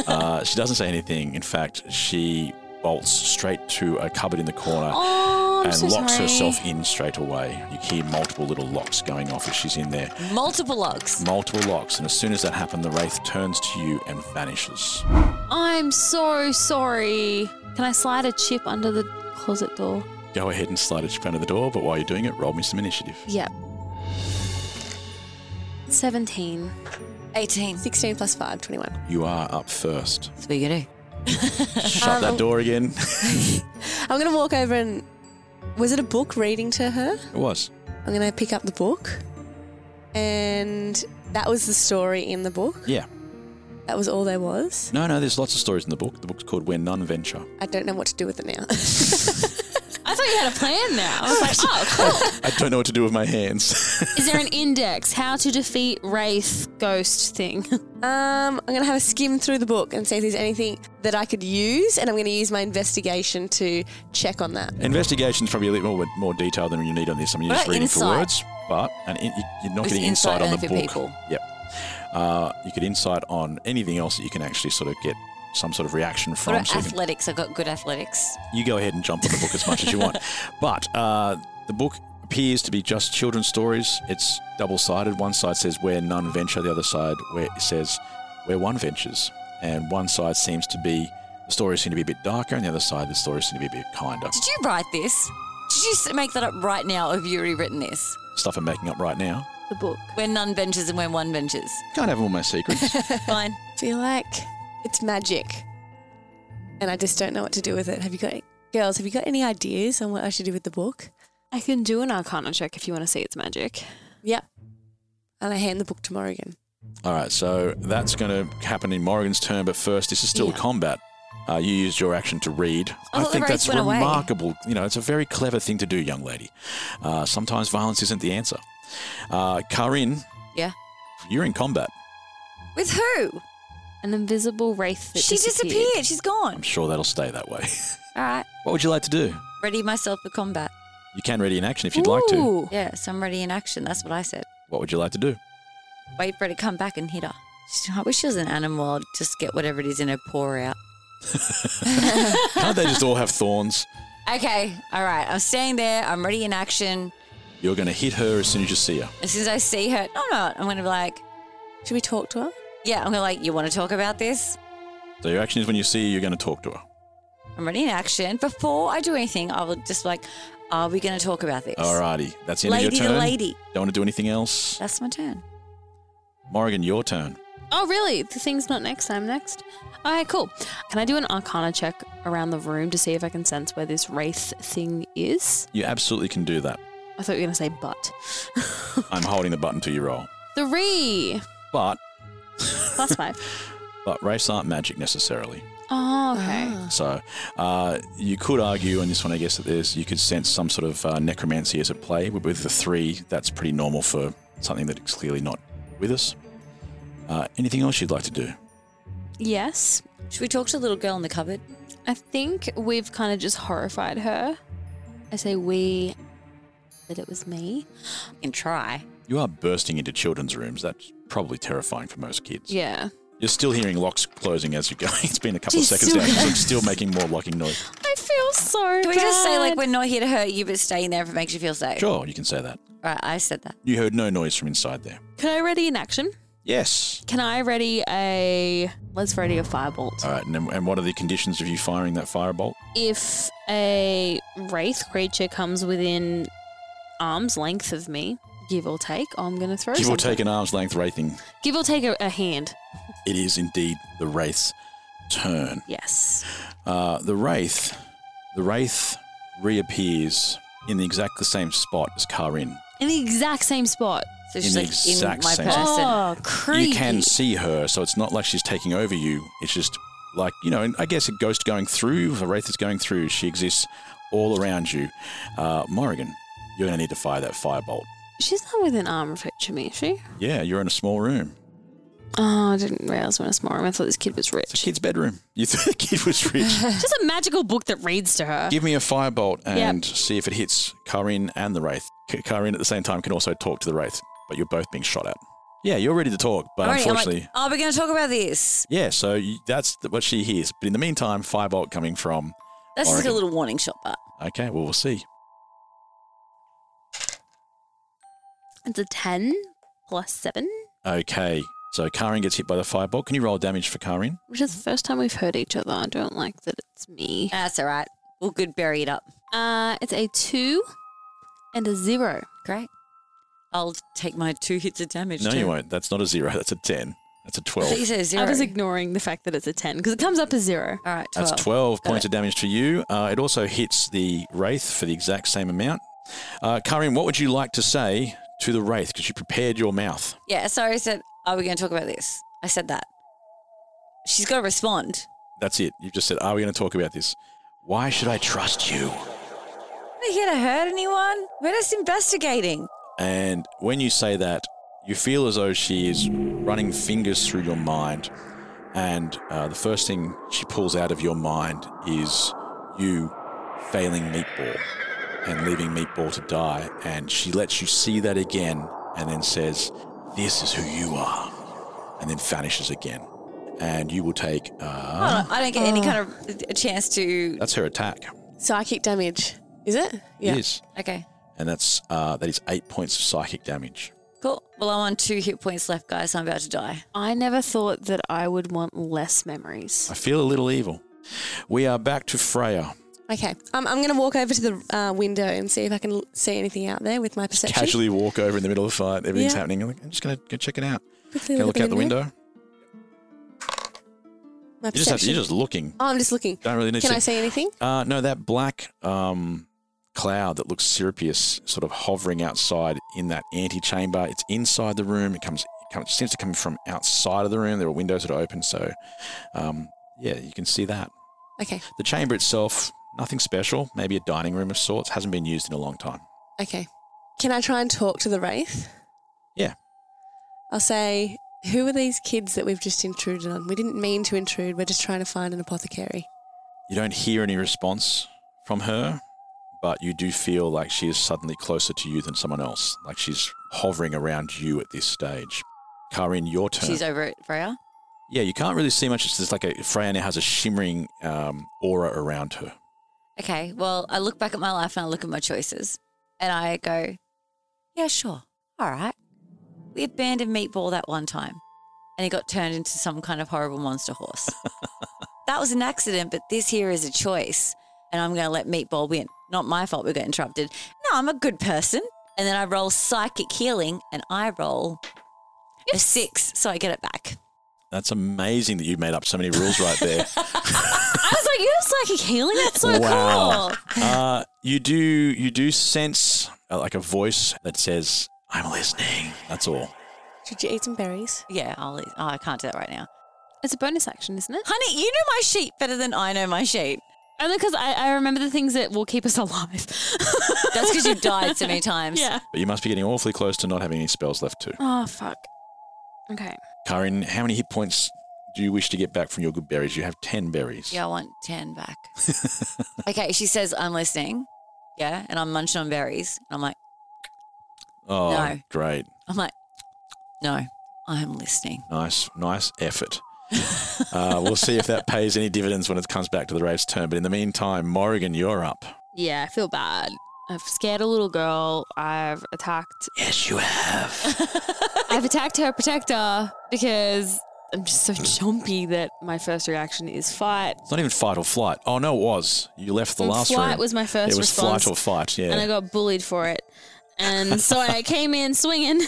A: Uh, she doesn't say anything. In fact, she bolts straight to a cupboard in the corner
B: Oh
A: Uh, and
D: so
A: locks
D: sorry.
A: herself in straight away. You hear multiple little locks going off as she's in there.
D: Multiple logs.
A: Multiple locks, and as soon as that happened, the wraith turns to you and vanishes.
B: I'm so sorry. Can I slide a chip under the closet door?
A: Go ahead and slide it in front of the door, but while you're doing it, roll me some initiative.
B: Yep. 17.
D: 18.
C: 16 plus 5, 21.
A: You are up first.
D: That's what you gonna do.
A: Shut that door again.
C: I'm going to walk over and. Was it a book reading to her?
A: it was.
C: I'm going to pick up the book. And that was the story in the book.
A: Yeah.
C: That was all there was.
A: No, no, there's lots of stories in the book. The book's called Where None Venture.
C: I don't know what to do with it now.
B: I thought you had a plan now. I was like, oh,
A: I don't know what to do with my hands.
B: cool. Is there an index? How to defeat Wraith Ghost thing?
C: um, I'm going to have a skim through the book and see if there's anything that I could use. And I'm going to use my investigation to check on that.
A: Investigation's probably a little bit more detail than you need on this. I mean, you're
D: What
A: just
D: about
A: reading for
D: insight?
A: words, but and in, you- you're not
D: It's
A: getting insight,
D: insight
A: on the
D: only
A: book.
D: for people.
A: Yep. Uh, you could insight on anything else that you can actually sort of get some sort of reaction
D: What
A: from.
D: about
A: so you can-
D: athletics? I've got good athletics.
A: you go ahead and jump on the book as much as you want. But uh, the book appears to be just children's stories. It's double sided. One side says where none venture, the other side where it says where one ventures. And one side seems to be the stories seem to be a bit darker, and the other side the stories seem to be a bit kinder.
D: Did you write this? Did you s- make that up right now, or have you already written this?
A: Stuff I'm making up right now.
B: the book.
D: When none ventures and when one ventures.
A: Can't have all my secrets.
D: Fine.
C: I feel like it's magic. And I just don't know what to do with it. Have you got, girls, have you got any ideas on what I should do with the book?
B: I can do an Arcana check if you want to see its magic.
C: Yep. And I hand the book to Morrigan.
A: all right, so that's going to happen in Morrigan's turn, but first, this is still
B: Yeah.
A: combat. Uh, you used your action to read.
D: I
A: I
D: thought the
A: think
D: race
A: that's
D: went away.
A: remarkable. You know, it's a very clever thing to do, young lady. Uh, sometimes violence isn't the answer. Uh, Karin,
D: Yeah.
A: you're in combat.
D: With who?
B: An invisible wraith that
D: she disappeared. She's
A: I'm
D: gone.
A: sure that'll stay that way.
D: All right.
A: what would you like to do?
D: Ready myself for combat.
A: You can ready in action if you'd like to.
B: Ooh.
D: Yeah, so I'm ready in action. That's what I said.
A: What would you like to do?
D: Wait for her to come back and hit her. She's- I wish she was an animal. I'd Just get whatever it is in her paw out.
A: Can't they just all have thorns?
D: Okay. All right. I'm standing there. I'm ready in action.
A: You're going to hit her as soon as you see her.
D: As soon as I see her, no, no, I'm going to be like,
C: Should we talk to her?
D: yeah, I'm going to like, you want to talk about this?
A: So your action is when you see her, you're going to talk to her.
D: I'm ready in action. Before I do anything, I will just like, are we going to talk about this?
A: Alrighty, that's the end of
D: Lady
A: your
D: to
A: turn.
D: lady.
A: Don't want to do anything else.
D: That's my turn.
A: Morrigan, your turn.
B: Oh, really? The thing's not next. I'm next. All right, cool. Can I do an Arcana check around the room to see if I can sense where this wraith thing is?
A: You absolutely can do that.
B: I thought you were going to say butt.
A: I'm holding the button till you roll.
B: Three
A: But
B: plus five.
A: but race aren't magic necessarily.
B: Oh, okay.
D: Ah.
A: So uh, you could argue on this one, I guess, that there's you could sense some sort of uh, necromancy as at play. With, with the three, that's pretty normal for something that is clearly not with us. Uh, anything else you'd like to do?
B: Yes.
D: Should we talk to the little girl in the cupboard?
B: I think we've kind of just horrified her. I say we, but it was me.
D: You can try.
A: You are bursting into children's rooms. That's probably terrifying for most kids.
B: Yeah.
A: You're still hearing locks closing as you go. It's been a couple
B: She's
A: of seconds
B: still-
A: now. She's still making more locking noise.
B: I feel so
D: Can we just say, like,
B: bad.
D: we're not here to hurt you, but stay in there if it makes you feel safe?
A: Sure, you can say that.
D: All right, I said that.
A: You heard no noise from inside there.
B: Can I ready an action?
A: Yes.
B: Can I ready a. Let's ready a firebolt.
A: All right, and, then- and what are the conditions of you firing that firebolt?
B: if a wraith creature comes within arm's length of me, give or take, I'm going to throw
A: Give or
B: something.
A: take an arm's length wraithing.
B: Give or take a, a hand.
A: It is indeed the wraith's turn.
B: Yes.
A: Uh, the wraith, the wraith reappears in the exact the same spot as Karin.
B: In the exact same spot.
D: So
A: In
D: she's
A: the
D: like, in
A: exact
D: my
A: same-
D: person.
B: Oh, creepy.
A: You can see her, so it's not like she's taking over you. It's just like you know, and I guess a ghost going through, a wraith is going through. She exists all around you. Uh, Morrigan, you're going to need to fire that firebolt.
B: She's not within arm reach of me, is she?
A: Yeah, you're in a small room.
B: Oh, I didn't realize when I was small. I thought this kid was
A: It's a
B: rich.
A: kid's bedroom. You thought the kid was rich.
B: Just a magical book that reads to her.
A: Give me a firebolt and
B: Yep.
A: see if it hits Karin and the Wraith. K- Karin at the same time can also talk to the Wraith, but you're both being shot at. Yeah, you're ready to talk, but
D: Alrighty, I'm
A: unfortunately.
D: like, oh, we're going to talk about this.
A: yeah, so you, that's th- what she hears. But in the meantime, firebolt coming from.
D: That's just like a
A: Oregon.
D: little warning shot, but
A: Okay, well, we'll see.
B: It's a 10 plus 7,
A: Okay. So Karin gets hit by the firebolt. Can you roll damage for Karin?
B: which is the first time we've heard each other. I don't like that it's me.
D: That's all right. We'll good bury it up.
B: Uh, it's a 2 and a 0.
D: Great. I'll take my two hits of damage.
A: No,
D: too.
A: you won't. That's not a zero. That's a 10. That's a 12.
D: So you said a zero.
B: I was ignoring the fact that it's a 10 because it comes up as 0.
D: all right, 12.
A: That's 12
D: Got
A: points
D: it.
A: of damage to you. Uh, it also hits the Wraith for the exact same amount. Uh, Karin, what would you like to say to the Wraith? Because you prepared your mouth.
D: Yeah, so I said, are we going to talk about this? I said that. She's got to respond.
A: That's it. You've just said, Are we going to talk about this? Why should I trust you?
D: We're here to hurt anyone. We're just investigating.
A: And when you say that, you feel as though she is running fingers through your mind. And uh, the first thing she pulls out of your mind is you failing Meatball and leaving Meatball to die. And she lets you see that again and then says, This is who you are. And then vanishes again. And you will take. Uh,
D: I don't get any kind of a chance to.
A: that's her attack.
C: Psychic damage, is it? Yeah.
A: Yes.
D: Okay,
A: And that's uh, that is eight points of psychic damage.
D: cool. Well, I'm on two hit points left, guys. I'm about to die.
B: I never thought that I would want less memories.
A: I feel a little evil. We are back to Freya.
C: Okay. Um, I'm going to walk over to the uh, window and see if I can l- see anything out there with my perception.
A: casually walk over in the middle of the fight. Everything's
C: Yeah.
A: happening. I'm like, I'm just gonna go check it out.
C: Quickly
A: Go
C: at
A: look out the window.
C: My
A: You just have to,
C: perception.
A: you're just looking.
C: oh, I'm just looking.
A: Don't really need
C: Can
A: to.
C: I see anything?
A: Uh, no, that black um, cloud that looks syrupous, sort of hovering outside in that antechamber. It's inside the room. It comes. It comes. Seems to come from outside of the room. There are windows that are open, so um, yeah, you can see that.
C: Okay.
A: The chamber itself, nothing special. Maybe a dining room of sorts. Hasn't been used in a long time.
C: Okay. Can I try and talk to the wraith?
A: Yeah.
C: I'll say, who are these kids that we've just intruded on? We didn't mean to intrude. We're just trying to find an apothecary.
A: You don't hear any response from her, but you do feel like she is suddenly closer to you than someone else. Like she's hovering around you at this stage. Karin, your turn.
D: She's over it, Freya.
A: yeah, you can't really see much. It's just like a Freya now has a shimmering um, aura around her.
D: Okay, well, I look back at my life and I look at my choices and I go, yeah, sure. All right. We abandoned Meatball that one time and he got turned into some kind of horrible monster horse. that was an accident, but this here is a choice and I'm going to let Meatball win. Not my fault we got interrupted. No, I'm a good person. And then I roll psychic healing and I roll a six, so I get it back.
A: That's amazing that you made up so many rules right there.
B: I was like, you have psychic healing? That's so
A: Wow.
B: cool.
A: uh, you do you do sense uh, like a voice that says, "I'm listening." That's all.
C: Should you eat some berries?
D: Yeah, I'll, oh, I can't do that right now.
B: It's a bonus action, isn't it?
D: Honey, you know my sheep better than I know my sheep.
B: Only because I, I remember the things that will keep us alive.
D: That's because you've died so many times.
B: yeah.
A: But you must be getting awfully close to not having any spells left too.
B: Oh, fuck. Okay.
A: Karin, how many hit points do you wish to get back from your good berries? You have 10 berries.
D: Yeah, I want 10 back. okay, she says, I'm listening. Yeah, and I'm munching on berries. And I'm like,
A: Oh,
D: No.
A: great.
D: I'm like, no, I'm listening.
A: Nice, nice effort. uh, we'll see if that pays any dividends when it comes back to the race turn. But in the meantime, Morrigan, you're up.
B: Yeah, I feel bad. I've scared a little girl. I've attacked.
A: Yes, you have.
B: I've attacked her protector because I'm just so jumpy that my first reaction is fight.
A: It's not even fight or flight. Oh, no, it was. You left the
B: Mm,
A: last
B: flight
A: room.
B: was my first
A: It was
B: response.
A: flight or fight, yeah.
B: and I got bullied for it. And so I came in swinging,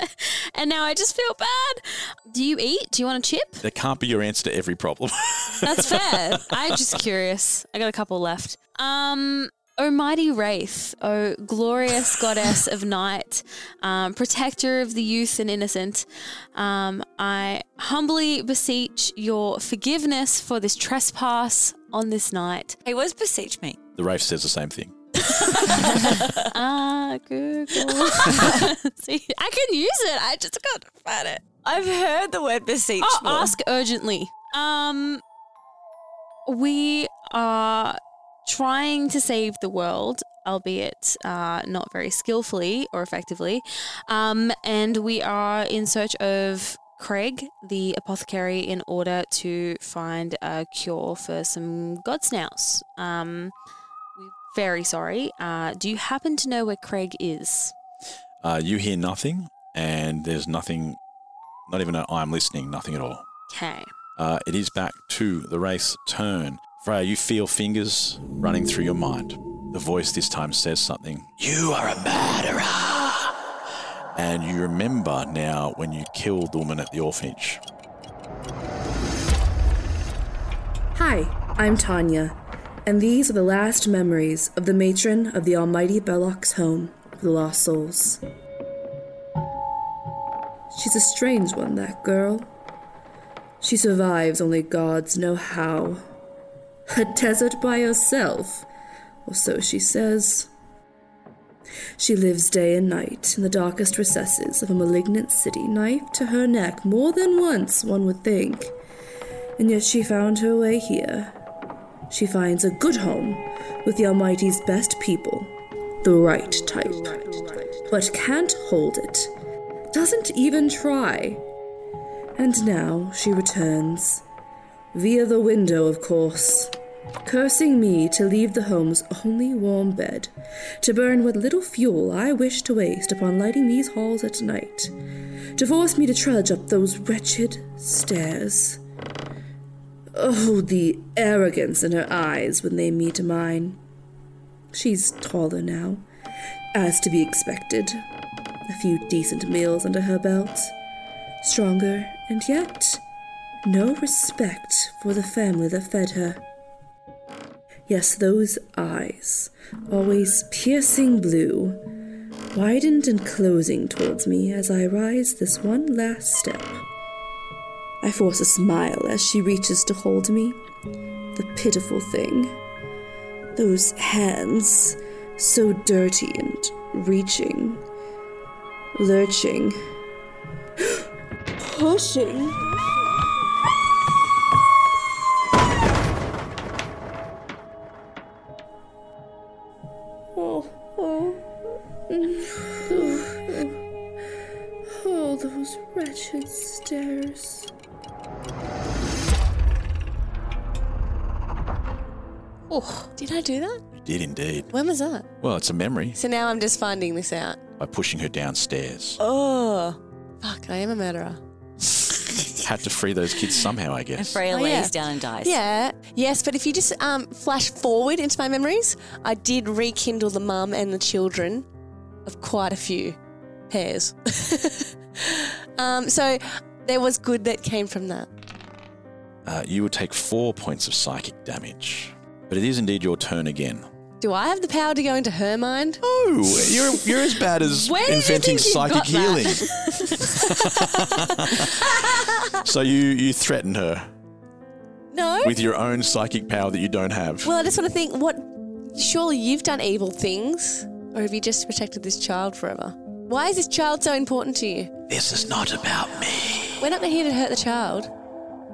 B: and now I just feel bad. Do you eat? Do you want a chip?
A: that can't be your answer to every problem.
B: That's fair. I'm just curious. I got a couple left. Um, O mighty Wraith, O glorious goddess of night, um, protector of the youth and innocent, um, I humbly beseech your forgiveness for this trespass on this night.
D: Hey, what's beseech me?
A: the Rafe says the same thing.
B: Ah, Google. See, I can use it. I just can't find it.
D: I've heard the word beseech.
B: Oh,
D: more.
B: ask urgently. Um, we are trying to save the world, albeit uh, not very skillfully or effectively. Um, and we are in search of Craig, the apothecary, in order to find a cure for some godsnails. Um, we're very sorry. Uh, do you happen to know where Craig is?
A: Uh, you hear nothing, and there's nothing, not even a I'm listening, nothing at all.
B: Okay.
A: Uh, it is back to the race turn. Freya, you feel fingers running through your mind. The voice this time says something. You are a murderer! And you remember now when you killed the woman at the orphanage.
C: Hi, I'm Tanya, and these are the last memories of the matron of the Almighty Belloc's home for the lost souls. She's a strange one, that girl. She survives only gods know how. A desert by herself, or so she says. She lives day and night in the darkest recesses of a malignant city, knife to her neck more than once, one would think and yet she found her way here. She finds a good home with the Almighty's best people, the right type, but can't hold it, doesn't even try. And now she returns. Via the window, of course, cursing me to leave the home's only warm bed, to burn what little fuel I wish to waste upon lighting these halls at night, to force me to trudge up those wretched stairs. Oh, the arrogance in her eyes when they meet mine. She's taller now, as to be expected. A few decent meals under her belt. Stronger, and yet, no respect for the family that fed her. Yes, those eyes, always piercing blue, widened and closing towards me as I rise this one last step. I force a smile as she reaches to hold me. The pitiful thing. Those hands, so dirty and reaching, lurching, pushing. Oh, oh. Oh, oh. oh, those wretched stairs.
J: Oh, did I do that?
A: You did indeed.
J: When was that?
A: Well, it's a memory
J: So now I'm just finding this out.
A: by pushing her downstairs.
J: Oh, fuck! I am a murderer.
A: Had to free those kids somehow, I guess.
D: Freya
J: Oh,
D: lays
J: yeah.
D: down and dies.
J: Yeah, yes, but if you just um, flash forward into my memories, I did rekindle the mum and the children of quite a few pairs. um, so there was good that came from that.
A: Uh, you would take four points of psychic damage. But it is indeed your turn again.
J: Do I have the power to go into her mind?
A: Oh, you're, you're as bad as
B: Where did you
A: inventing
B: think you
A: psychic
B: got
A: healing. so you, you threaten her
J: No.
A: with your own psychic power that you don't have.
J: Well, I just want to think what. Surely you've done evil things, or have you just protected this child forever? Why is this child so important to you?
A: this is not about me.
J: We're not here to hurt the child.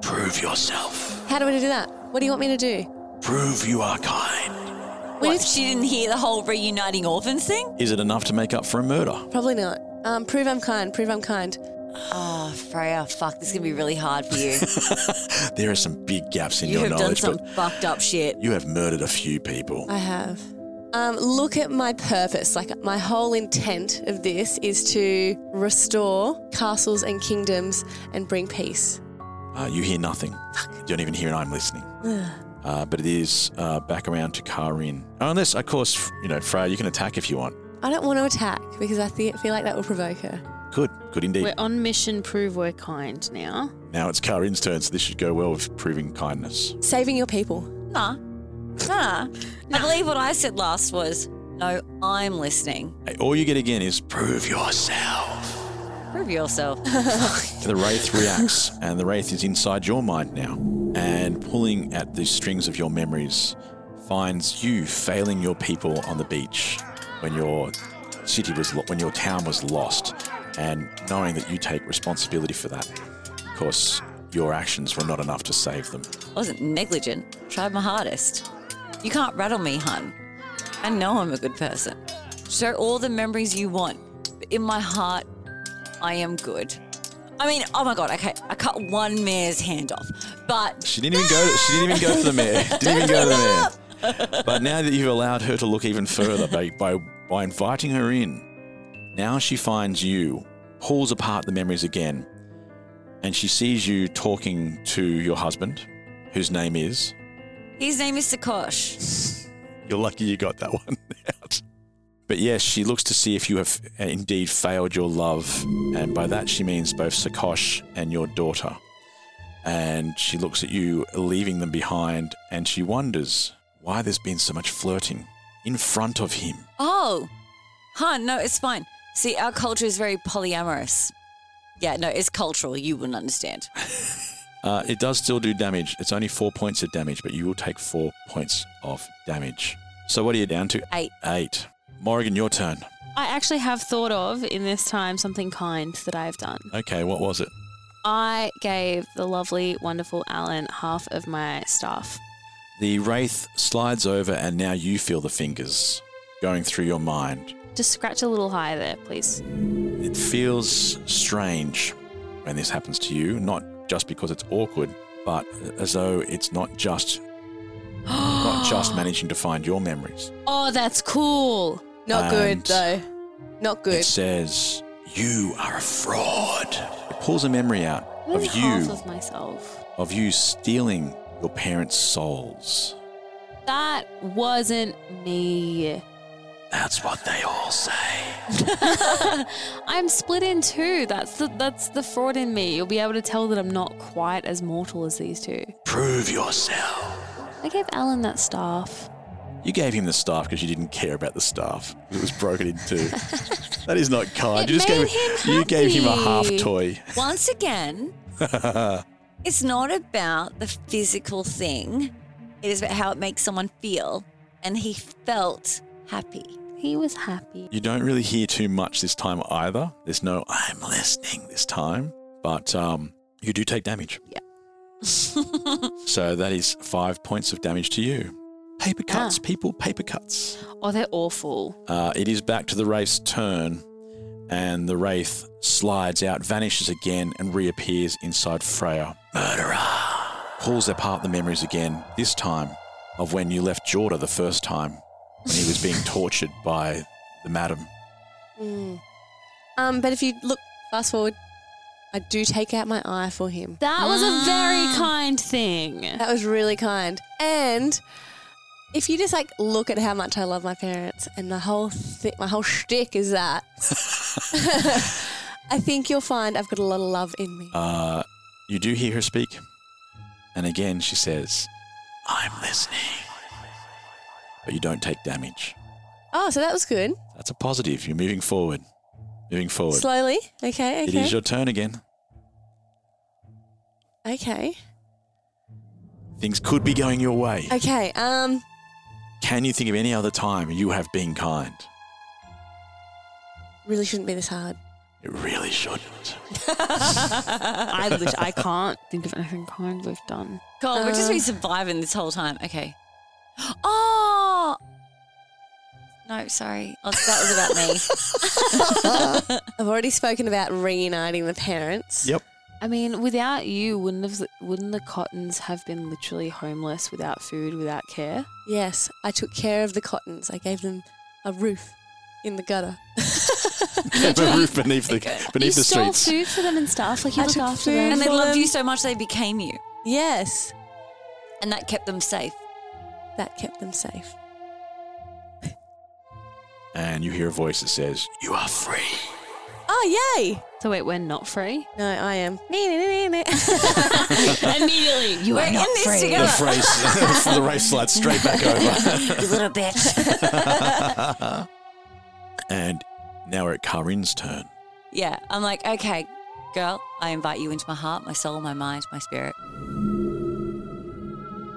A: Prove yourself.
J: How do we do that? What do you want me to do?
A: Prove you are kind.
D: What, she didn't hear the whole reuniting orphans thing?
A: Is it enough to make up for a murder?
J: Probably not. Um, prove I'm kind. Prove I'm kind.
D: Oh, Freya, fuck, this is going to be really hard for you.
A: There are some big gaps in
D: you
A: your
D: have done
A: knowledge,
D: some
A: but
D: fucked up shit.
A: you have murdered a few people.
J: I have. Um, look at my purpose. Like my whole intent of this is to restore castles and kingdoms and bring peace.
A: Uh, you hear nothing. You don't even hear an I'm listening. uh, but it is uh, back around to Karin. Oh, unless, of course, f- you know, Freya, you can attack if you want.
J: I don't want to attack because I th- feel like that will provoke her.
A: Good, good indeed.
B: We're on mission, prove we're kind now.
A: now it's Karin's turn, so this should go well with proving kindness.
J: Saving your people.
D: Nah. Nah. I believe what I said last was, no, I'm listening.
A: Hey, All you get again is prove yourself.
D: Prove yourself.
A: The Wraith reacts, and the Wraith is inside your mind now and pulling at the strings of your memories, finds you failing your people on the beach when your city was lo- when your town was lost, and knowing that you take responsibility for that. Of course, your actions were not enough to save them.
D: I wasn't negligent. Tried my hardest. You can't rattle me, hun. I know I'm a good person. Share all the memories you want, but in my heart, I am good. I mean, oh my god, okay, I cut one mayor's hand off, but
A: She didn't even go. She didn't even go to the mayor. Didn't even go to the mayor. But now that you've allowed her to look even further by by, by inviting her in, Now she finds you, pulls apart the memories again, and she sees you talking to your husband, whose name is.
D: His name is Sakosh.
A: You're lucky you got that one out. But yes, she looks to see if you have indeed failed your love, and by that she means both Sakosh and your daughter. And she looks at you, leaving them behind, and she wonders why there's been so much flirting in front of him.
D: Oh, huh? No, it's fine. See, our culture is very polyamorous. Yeah, no, it's cultural. You wouldn't understand.
A: Uh, it does still do damage. It's only four points of damage, but you will take four points of damage. So what are you down to?
D: Eight.
A: Eight. Morrigan, your turn.
B: I actually have thought of in this time something kind that I've done.
A: Okay, what was it?
B: I gave the lovely, wonderful Alan half of my staff.
A: The wraith slides over, and now you feel the fingers going through your mind.
B: Just scratch a little higher there, please.
A: It feels strange when this happens to you, not just because it's awkward, but as though it's not just not just managing to find your memories.
B: Oh, that's cool.
C: Not
A: And-
C: good though. Not good.
A: It says, "You are a fraud." It pulls a memory out
B: What
A: of
B: is half
A: you
B: of myself?
A: of you stealing your parents' souls.
B: That wasn't me.
A: That's what they all say.
B: I'm split in two. That's the that's the fraud in me. You'll be able to tell that I'm not quite as mortal as these two.
A: Prove yourself.
B: I gave Alan that staff.
A: You gave him the staff because you didn't care about the staff. It was broken in two. that is not kind.
B: It
A: you just
B: made
A: gave
B: him
A: you gave him a half
B: happy.
A: toy.
D: Once again, it's not about the physical thing, it is about how it makes someone feel. And he felt happy.
B: He was happy.
A: You don't really hear too much this time either. There's no "I'm listening" this time, but um, you do take damage. Yeah. so that is five points of damage to you. Paper cuts,
B: Ah.
A: people. Paper cuts.
B: Oh, they're awful.
A: Uh, it is back to the wraith's turn, and the wraith slides out, vanishes again, and reappears inside Freya. Murderer! Pulls apart the memories again, this time of when you left Jorda the first time, when he was being tortured by the madam.
C: Mm. Um, but if you look fast forward, I do take out my eye for him.
B: That was a
A: Ah.
B: very kind thing.
C: That was really kind. And if you just like look at how much I love my parents, and the whole thi- my whole shtick is that, I think you'll find I've got a lot of love in me.
A: Uh, you do hear her speak, and again she says, I'm listening. But you don't take damage.
C: Oh, so that was good.
A: That's a positive. You're moving forward. Moving forward.
C: Slowly, okay,
A: It
C: okay,
A: is your turn again.
C: okay,
A: Things could be going your way.
C: okay. Um,
A: Can you think of any other time you have been kind?
C: really shouldn't be this hard.
A: It really shouldn't.
B: I lit- I can't think of anything kind we've done.
D: God, we've just
C: Uh.
D: been surviving this whole time. Okay. Oh! No, sorry. Oh, that was about me.
C: I've already spoken about reuniting the parents.
A: Yep.
B: I mean, without you, wouldn't have wouldn't the Cottons have been literally homeless without food, without care?
C: Yes, I took care of the cottons. I gave them a roof in the gutter.
A: a roof beneath the beneath
B: you
A: the
B: stole
A: streets.
B: food for them and stuff. Like you
C: I
B: look
C: took
B: after
C: food
B: them.
D: and they
C: for
D: loved
C: them.
D: you so much they became you.
C: Yes,
D: And that kept them safe.
C: that kept them safe.
A: And you hear a voice that says, "You are free."
C: Oh, yay!
B: So wait, we're not free.
C: No, I am.
B: Immediately, you
D: We're in this
A: The
D: together.
A: phrase, the race slides straight back over.
D: you little bitch.
A: and now we're at Karin's turn.
D: yeah, I'm like, okay, girl, I invite you into my heart, my soul, my mind, my spirit.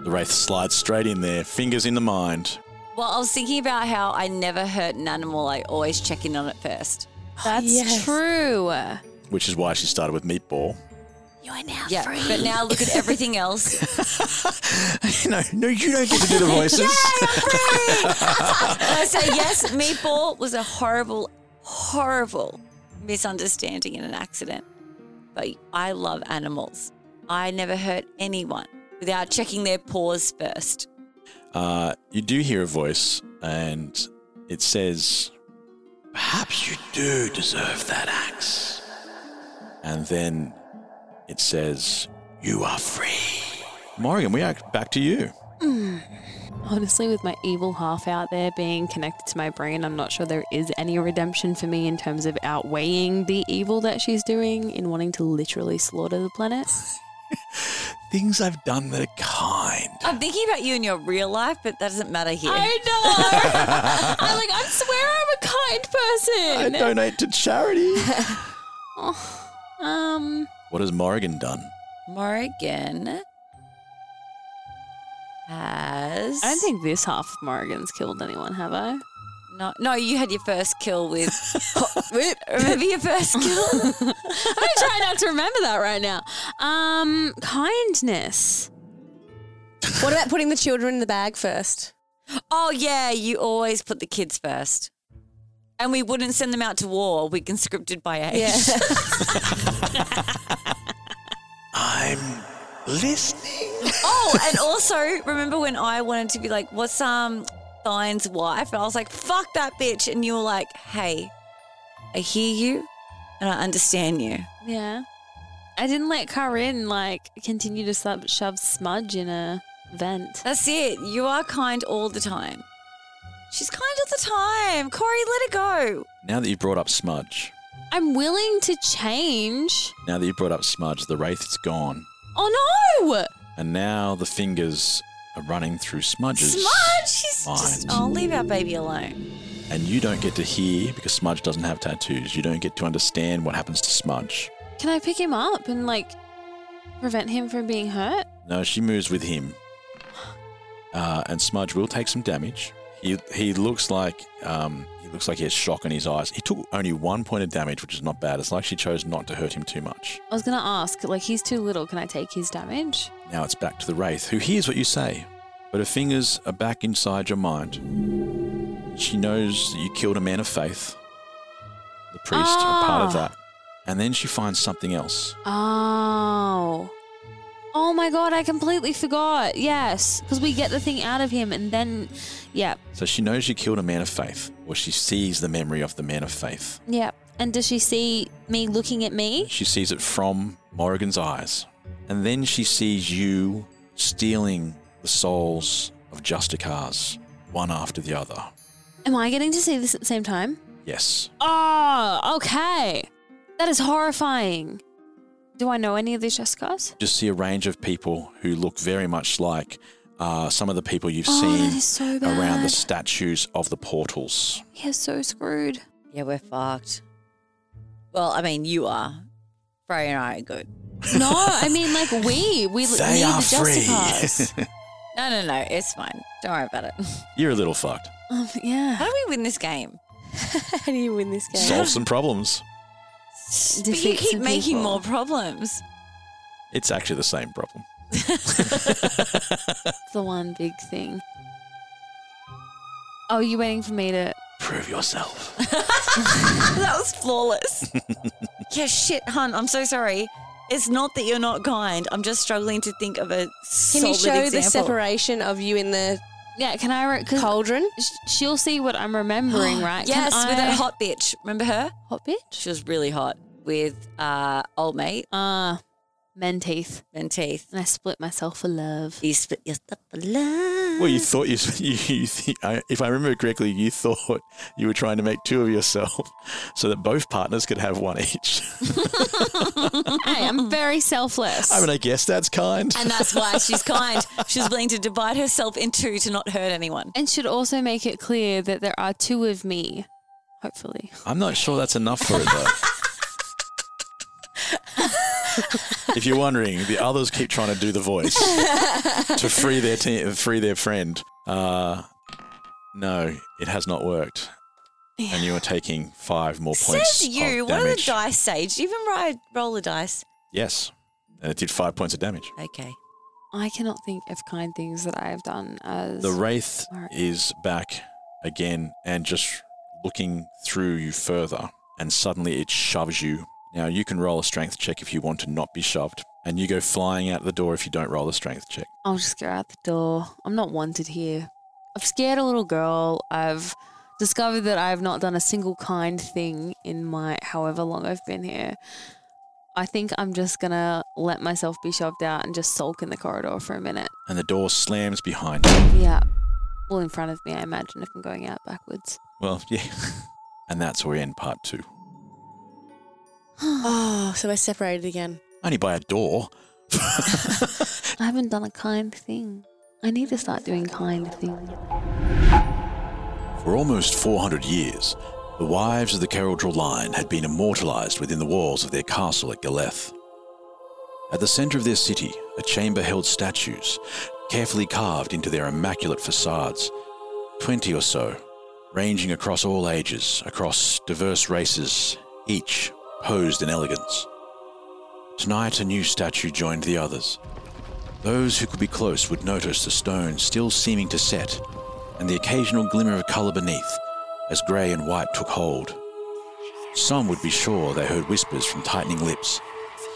A: The wraith slides straight in there, fingers in the mind.
D: Well, I was thinking about how I never hurt an animal. I always check in on it first.
B: That's
C: Yes.
B: true.
A: Which is why she started with meatball.
D: yeah, but now look at everything else.
A: no, no, you don't get to do the voices.
D: I say yes. Meatball was a horrible, horrible misunderstanding and an accident. But I love animals. I never hurt anyone without checking their paws first.
A: Uh, you do hear a voice, and it says, Perhaps you do deserve that axe. And then it says, You are free. Morgan, we are back to you.
B: Honestly, with my evil half out there being connected to my brain, I'm not sure there is any redemption for me in terms of outweighing the evil that she's doing in wanting to literally slaughter the planet.
A: Things I've done that are kind.
D: I'm thinking about you in your real life, but that doesn't matter here.
B: I know. I'm like, I swear
A: I
B: I'm a kind person.
A: donate to charity.
B: Oh, Um,
A: what has Morgan done?
D: Morgan has.
B: I don't think this half of Morgan's killed anyone, have I?
D: No, no, you had your first kill with. Remember your first kill?
B: I'm gonna try not to remember that right now. Um, kindness.
C: What about putting the children in the bag first?
D: oh, yeah, you always put the kids first. And we wouldn't send them out to war. We conscripted by age.
C: Yeah.
A: I'm listening.
D: Oh, and also remember when I wanted to be like, "What's um Thine's wife?" And I was like, "Fuck that bitch!" And you were like, "Hey, I hear you, and I understand you."
B: Yeah. I didn't let Karin like continue to sub- shove smudge in a vent.
D: That's it. You are kind all the time. She's kind all the time. Corey, let it go.
A: Now that you've brought up Smudge,
B: I'm willing to change.
A: now that you've brought up Smudge, the wraith is gone.
B: Oh no!
A: And now the fingers are running through Smudge's.
D: Smudge, she's just.
A: mind.
D: Oh, leave our baby alone.
A: And you don't get to hear because Smudge doesn't have tattoos. You don't get to understand what happens to Smudge.
B: Can I pick him up and like prevent him from being hurt?
A: No, she moves with him. Uh, and Smudge will take some damage. He, he looks like um, he looks like he has shock in his eyes. He took only one point of damage, which is not bad. It's like she chose not to hurt him too much.
B: I was gonna ask, like he's too little. Can I take his damage?
A: Now it's back to the Wraith, who hears what you say, but her fingers are back inside your mind. She knows that you killed a man of faith. The priests are part of
B: Ah.
A: that. And then she finds something else.
B: Oh. Oh my god, I completely forgot. Yes, because we get the thing out of him and then, yeah,
A: So she knows you killed a man of faith, or she sees the memory of the man of faith.
B: yeah. And does she see me looking at me?
A: She sees it from Morrigan's eyes. And then she sees you stealing the souls of Justicars, one after the other.
B: Am I getting to see this at the same time?
A: Yes.
B: Oh, okay. That is horrifying. Do I know any of these Jessicas?
A: just see a range of people who look very much like uh, some of the people you've
B: Oh, that
A: seen
B: is so bad.
A: around the statues of the portals.
B: You're so screwed.
D: Yeah, we're fucked. Well, I mean, you are. Freya and I are good.
B: No, I mean like we. We l-
A: They
B: need
A: are
B: the Jessicas.
A: free.
D: No, no, no. It's fine. Don't worry about it.
A: You're a little fucked.
B: um, yeah.
D: How do we win this game?
C: How do you win this game?
A: Solve some problems.
D: But you
B: Defeat
D: keep
B: some
D: making
B: people.
D: more problems.
A: It's actually the same problem.
B: That's the one big thing. Oh, you waiting for me to
A: Prove yourself.
D: That was flawless. yeah, shit, hun. I'm so sorry. It's not that you're not kind. I'm just struggling to think of a
C: Can
D: solid
C: you show
D: example.
C: the separation of you in the
B: Yeah, can I? Re- 'cause
C: cauldron?
B: sh- she'll see what I'm remembering, right? Can
D: Yes, with
B: I-
D: that hot bitch. Remember her?
B: hot bitch.
D: She was really hot with uh, old mate
B: Ah, men teeth,
D: and teeth.
B: and I split myself for love.
D: You split your stuff for love.
A: well, you thought you, you, you th- I, if I remember correctly, you thought you were trying to make two of yourself so that both partners could have one each.
B: hey, I'm very selfless.
A: I mean, I guess that's kind.
D: and that's why she's kind. She's willing to divide herself in two to not hurt anyone.
B: and should also make it clear that there are two of me. Hopefully,
A: I'm not sure that's enough for it though. if you're wondering, the others keep trying to do the voice to free their te- free their friend. Uh, no, it has not worked, and you are taking five more points.
D: Says you.
A: of
D: What are the
A: damage.
D: dice say? Did you even ride, roll the dice?
A: Yes, and it did five points of damage.
D: Okay.
B: I cannot think of kind things that I have done as
A: The wraith
B: Alright.
A: is back again and just looking through you further, and suddenly it shoves you. Now you can roll a strength check if you want to not be shoved, and you go flying out the door if you don't roll a strength check.
B: I'll just go out the door. I'm not wanted here. I've scared a little girl. I've discovered that I have not done a single kind thing in my however long I've been here. I think I'm just gonna let myself be shoved out and just sulk in the corridor for a minute.
A: And the door slams behind you.
B: Yeah. Well, in front of me, I imagine, if I'm going out backwards.
A: Well, yeah. and that's where we end part two.
C: Oh, so we're separated again.
A: Only by a door.
B: I haven't done a kind thing. I need to start doing kind things.
A: For almost 400 years, the wives of the Caradhral line had been immortalized within the walls of their castle at Galeth. At the center of their city, a chamber held statues, carefully carved into their immaculate facades, 20 or so, ranging across all ages, across diverse races, each posed in elegance. Tonight, a new statue joined the others. Those who could be close would notice the stone still seeming to set, and the occasional glimmer of colour beneath as grey and white took hold. Some would be sure they heard whispers from tightening lips,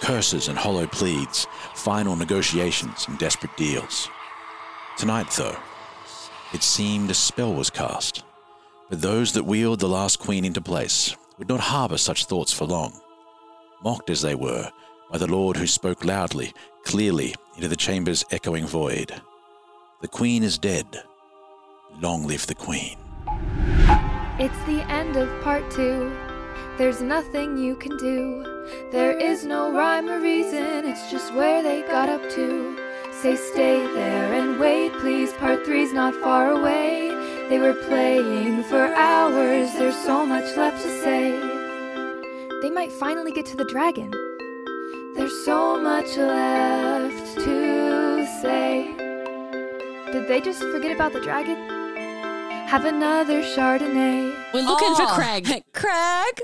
A: curses and hollow pleads, final negotiations and desperate deals. Tonight, though, it seemed a spell was cast, but those that wheeled the last queen into place would not harbour such thoughts for long mocked as they were by the Lord who spoke loudly, clearly, into the chamber's echoing void. The Queen is dead. Long live the Queen.
E: It's the end of part two. There's nothing you can do. There is no rhyme or reason, it's just where they got up to. Say, stay there and wait, please. Part three's not far away. They were playing for hours, there's so much left to say. They might finally get to the dragon. There's so much left to say. Did they just forget about the dragon? Have another Chardonnay.
B: We're looking for
D: Oh,
B: Craig.
D: Craig.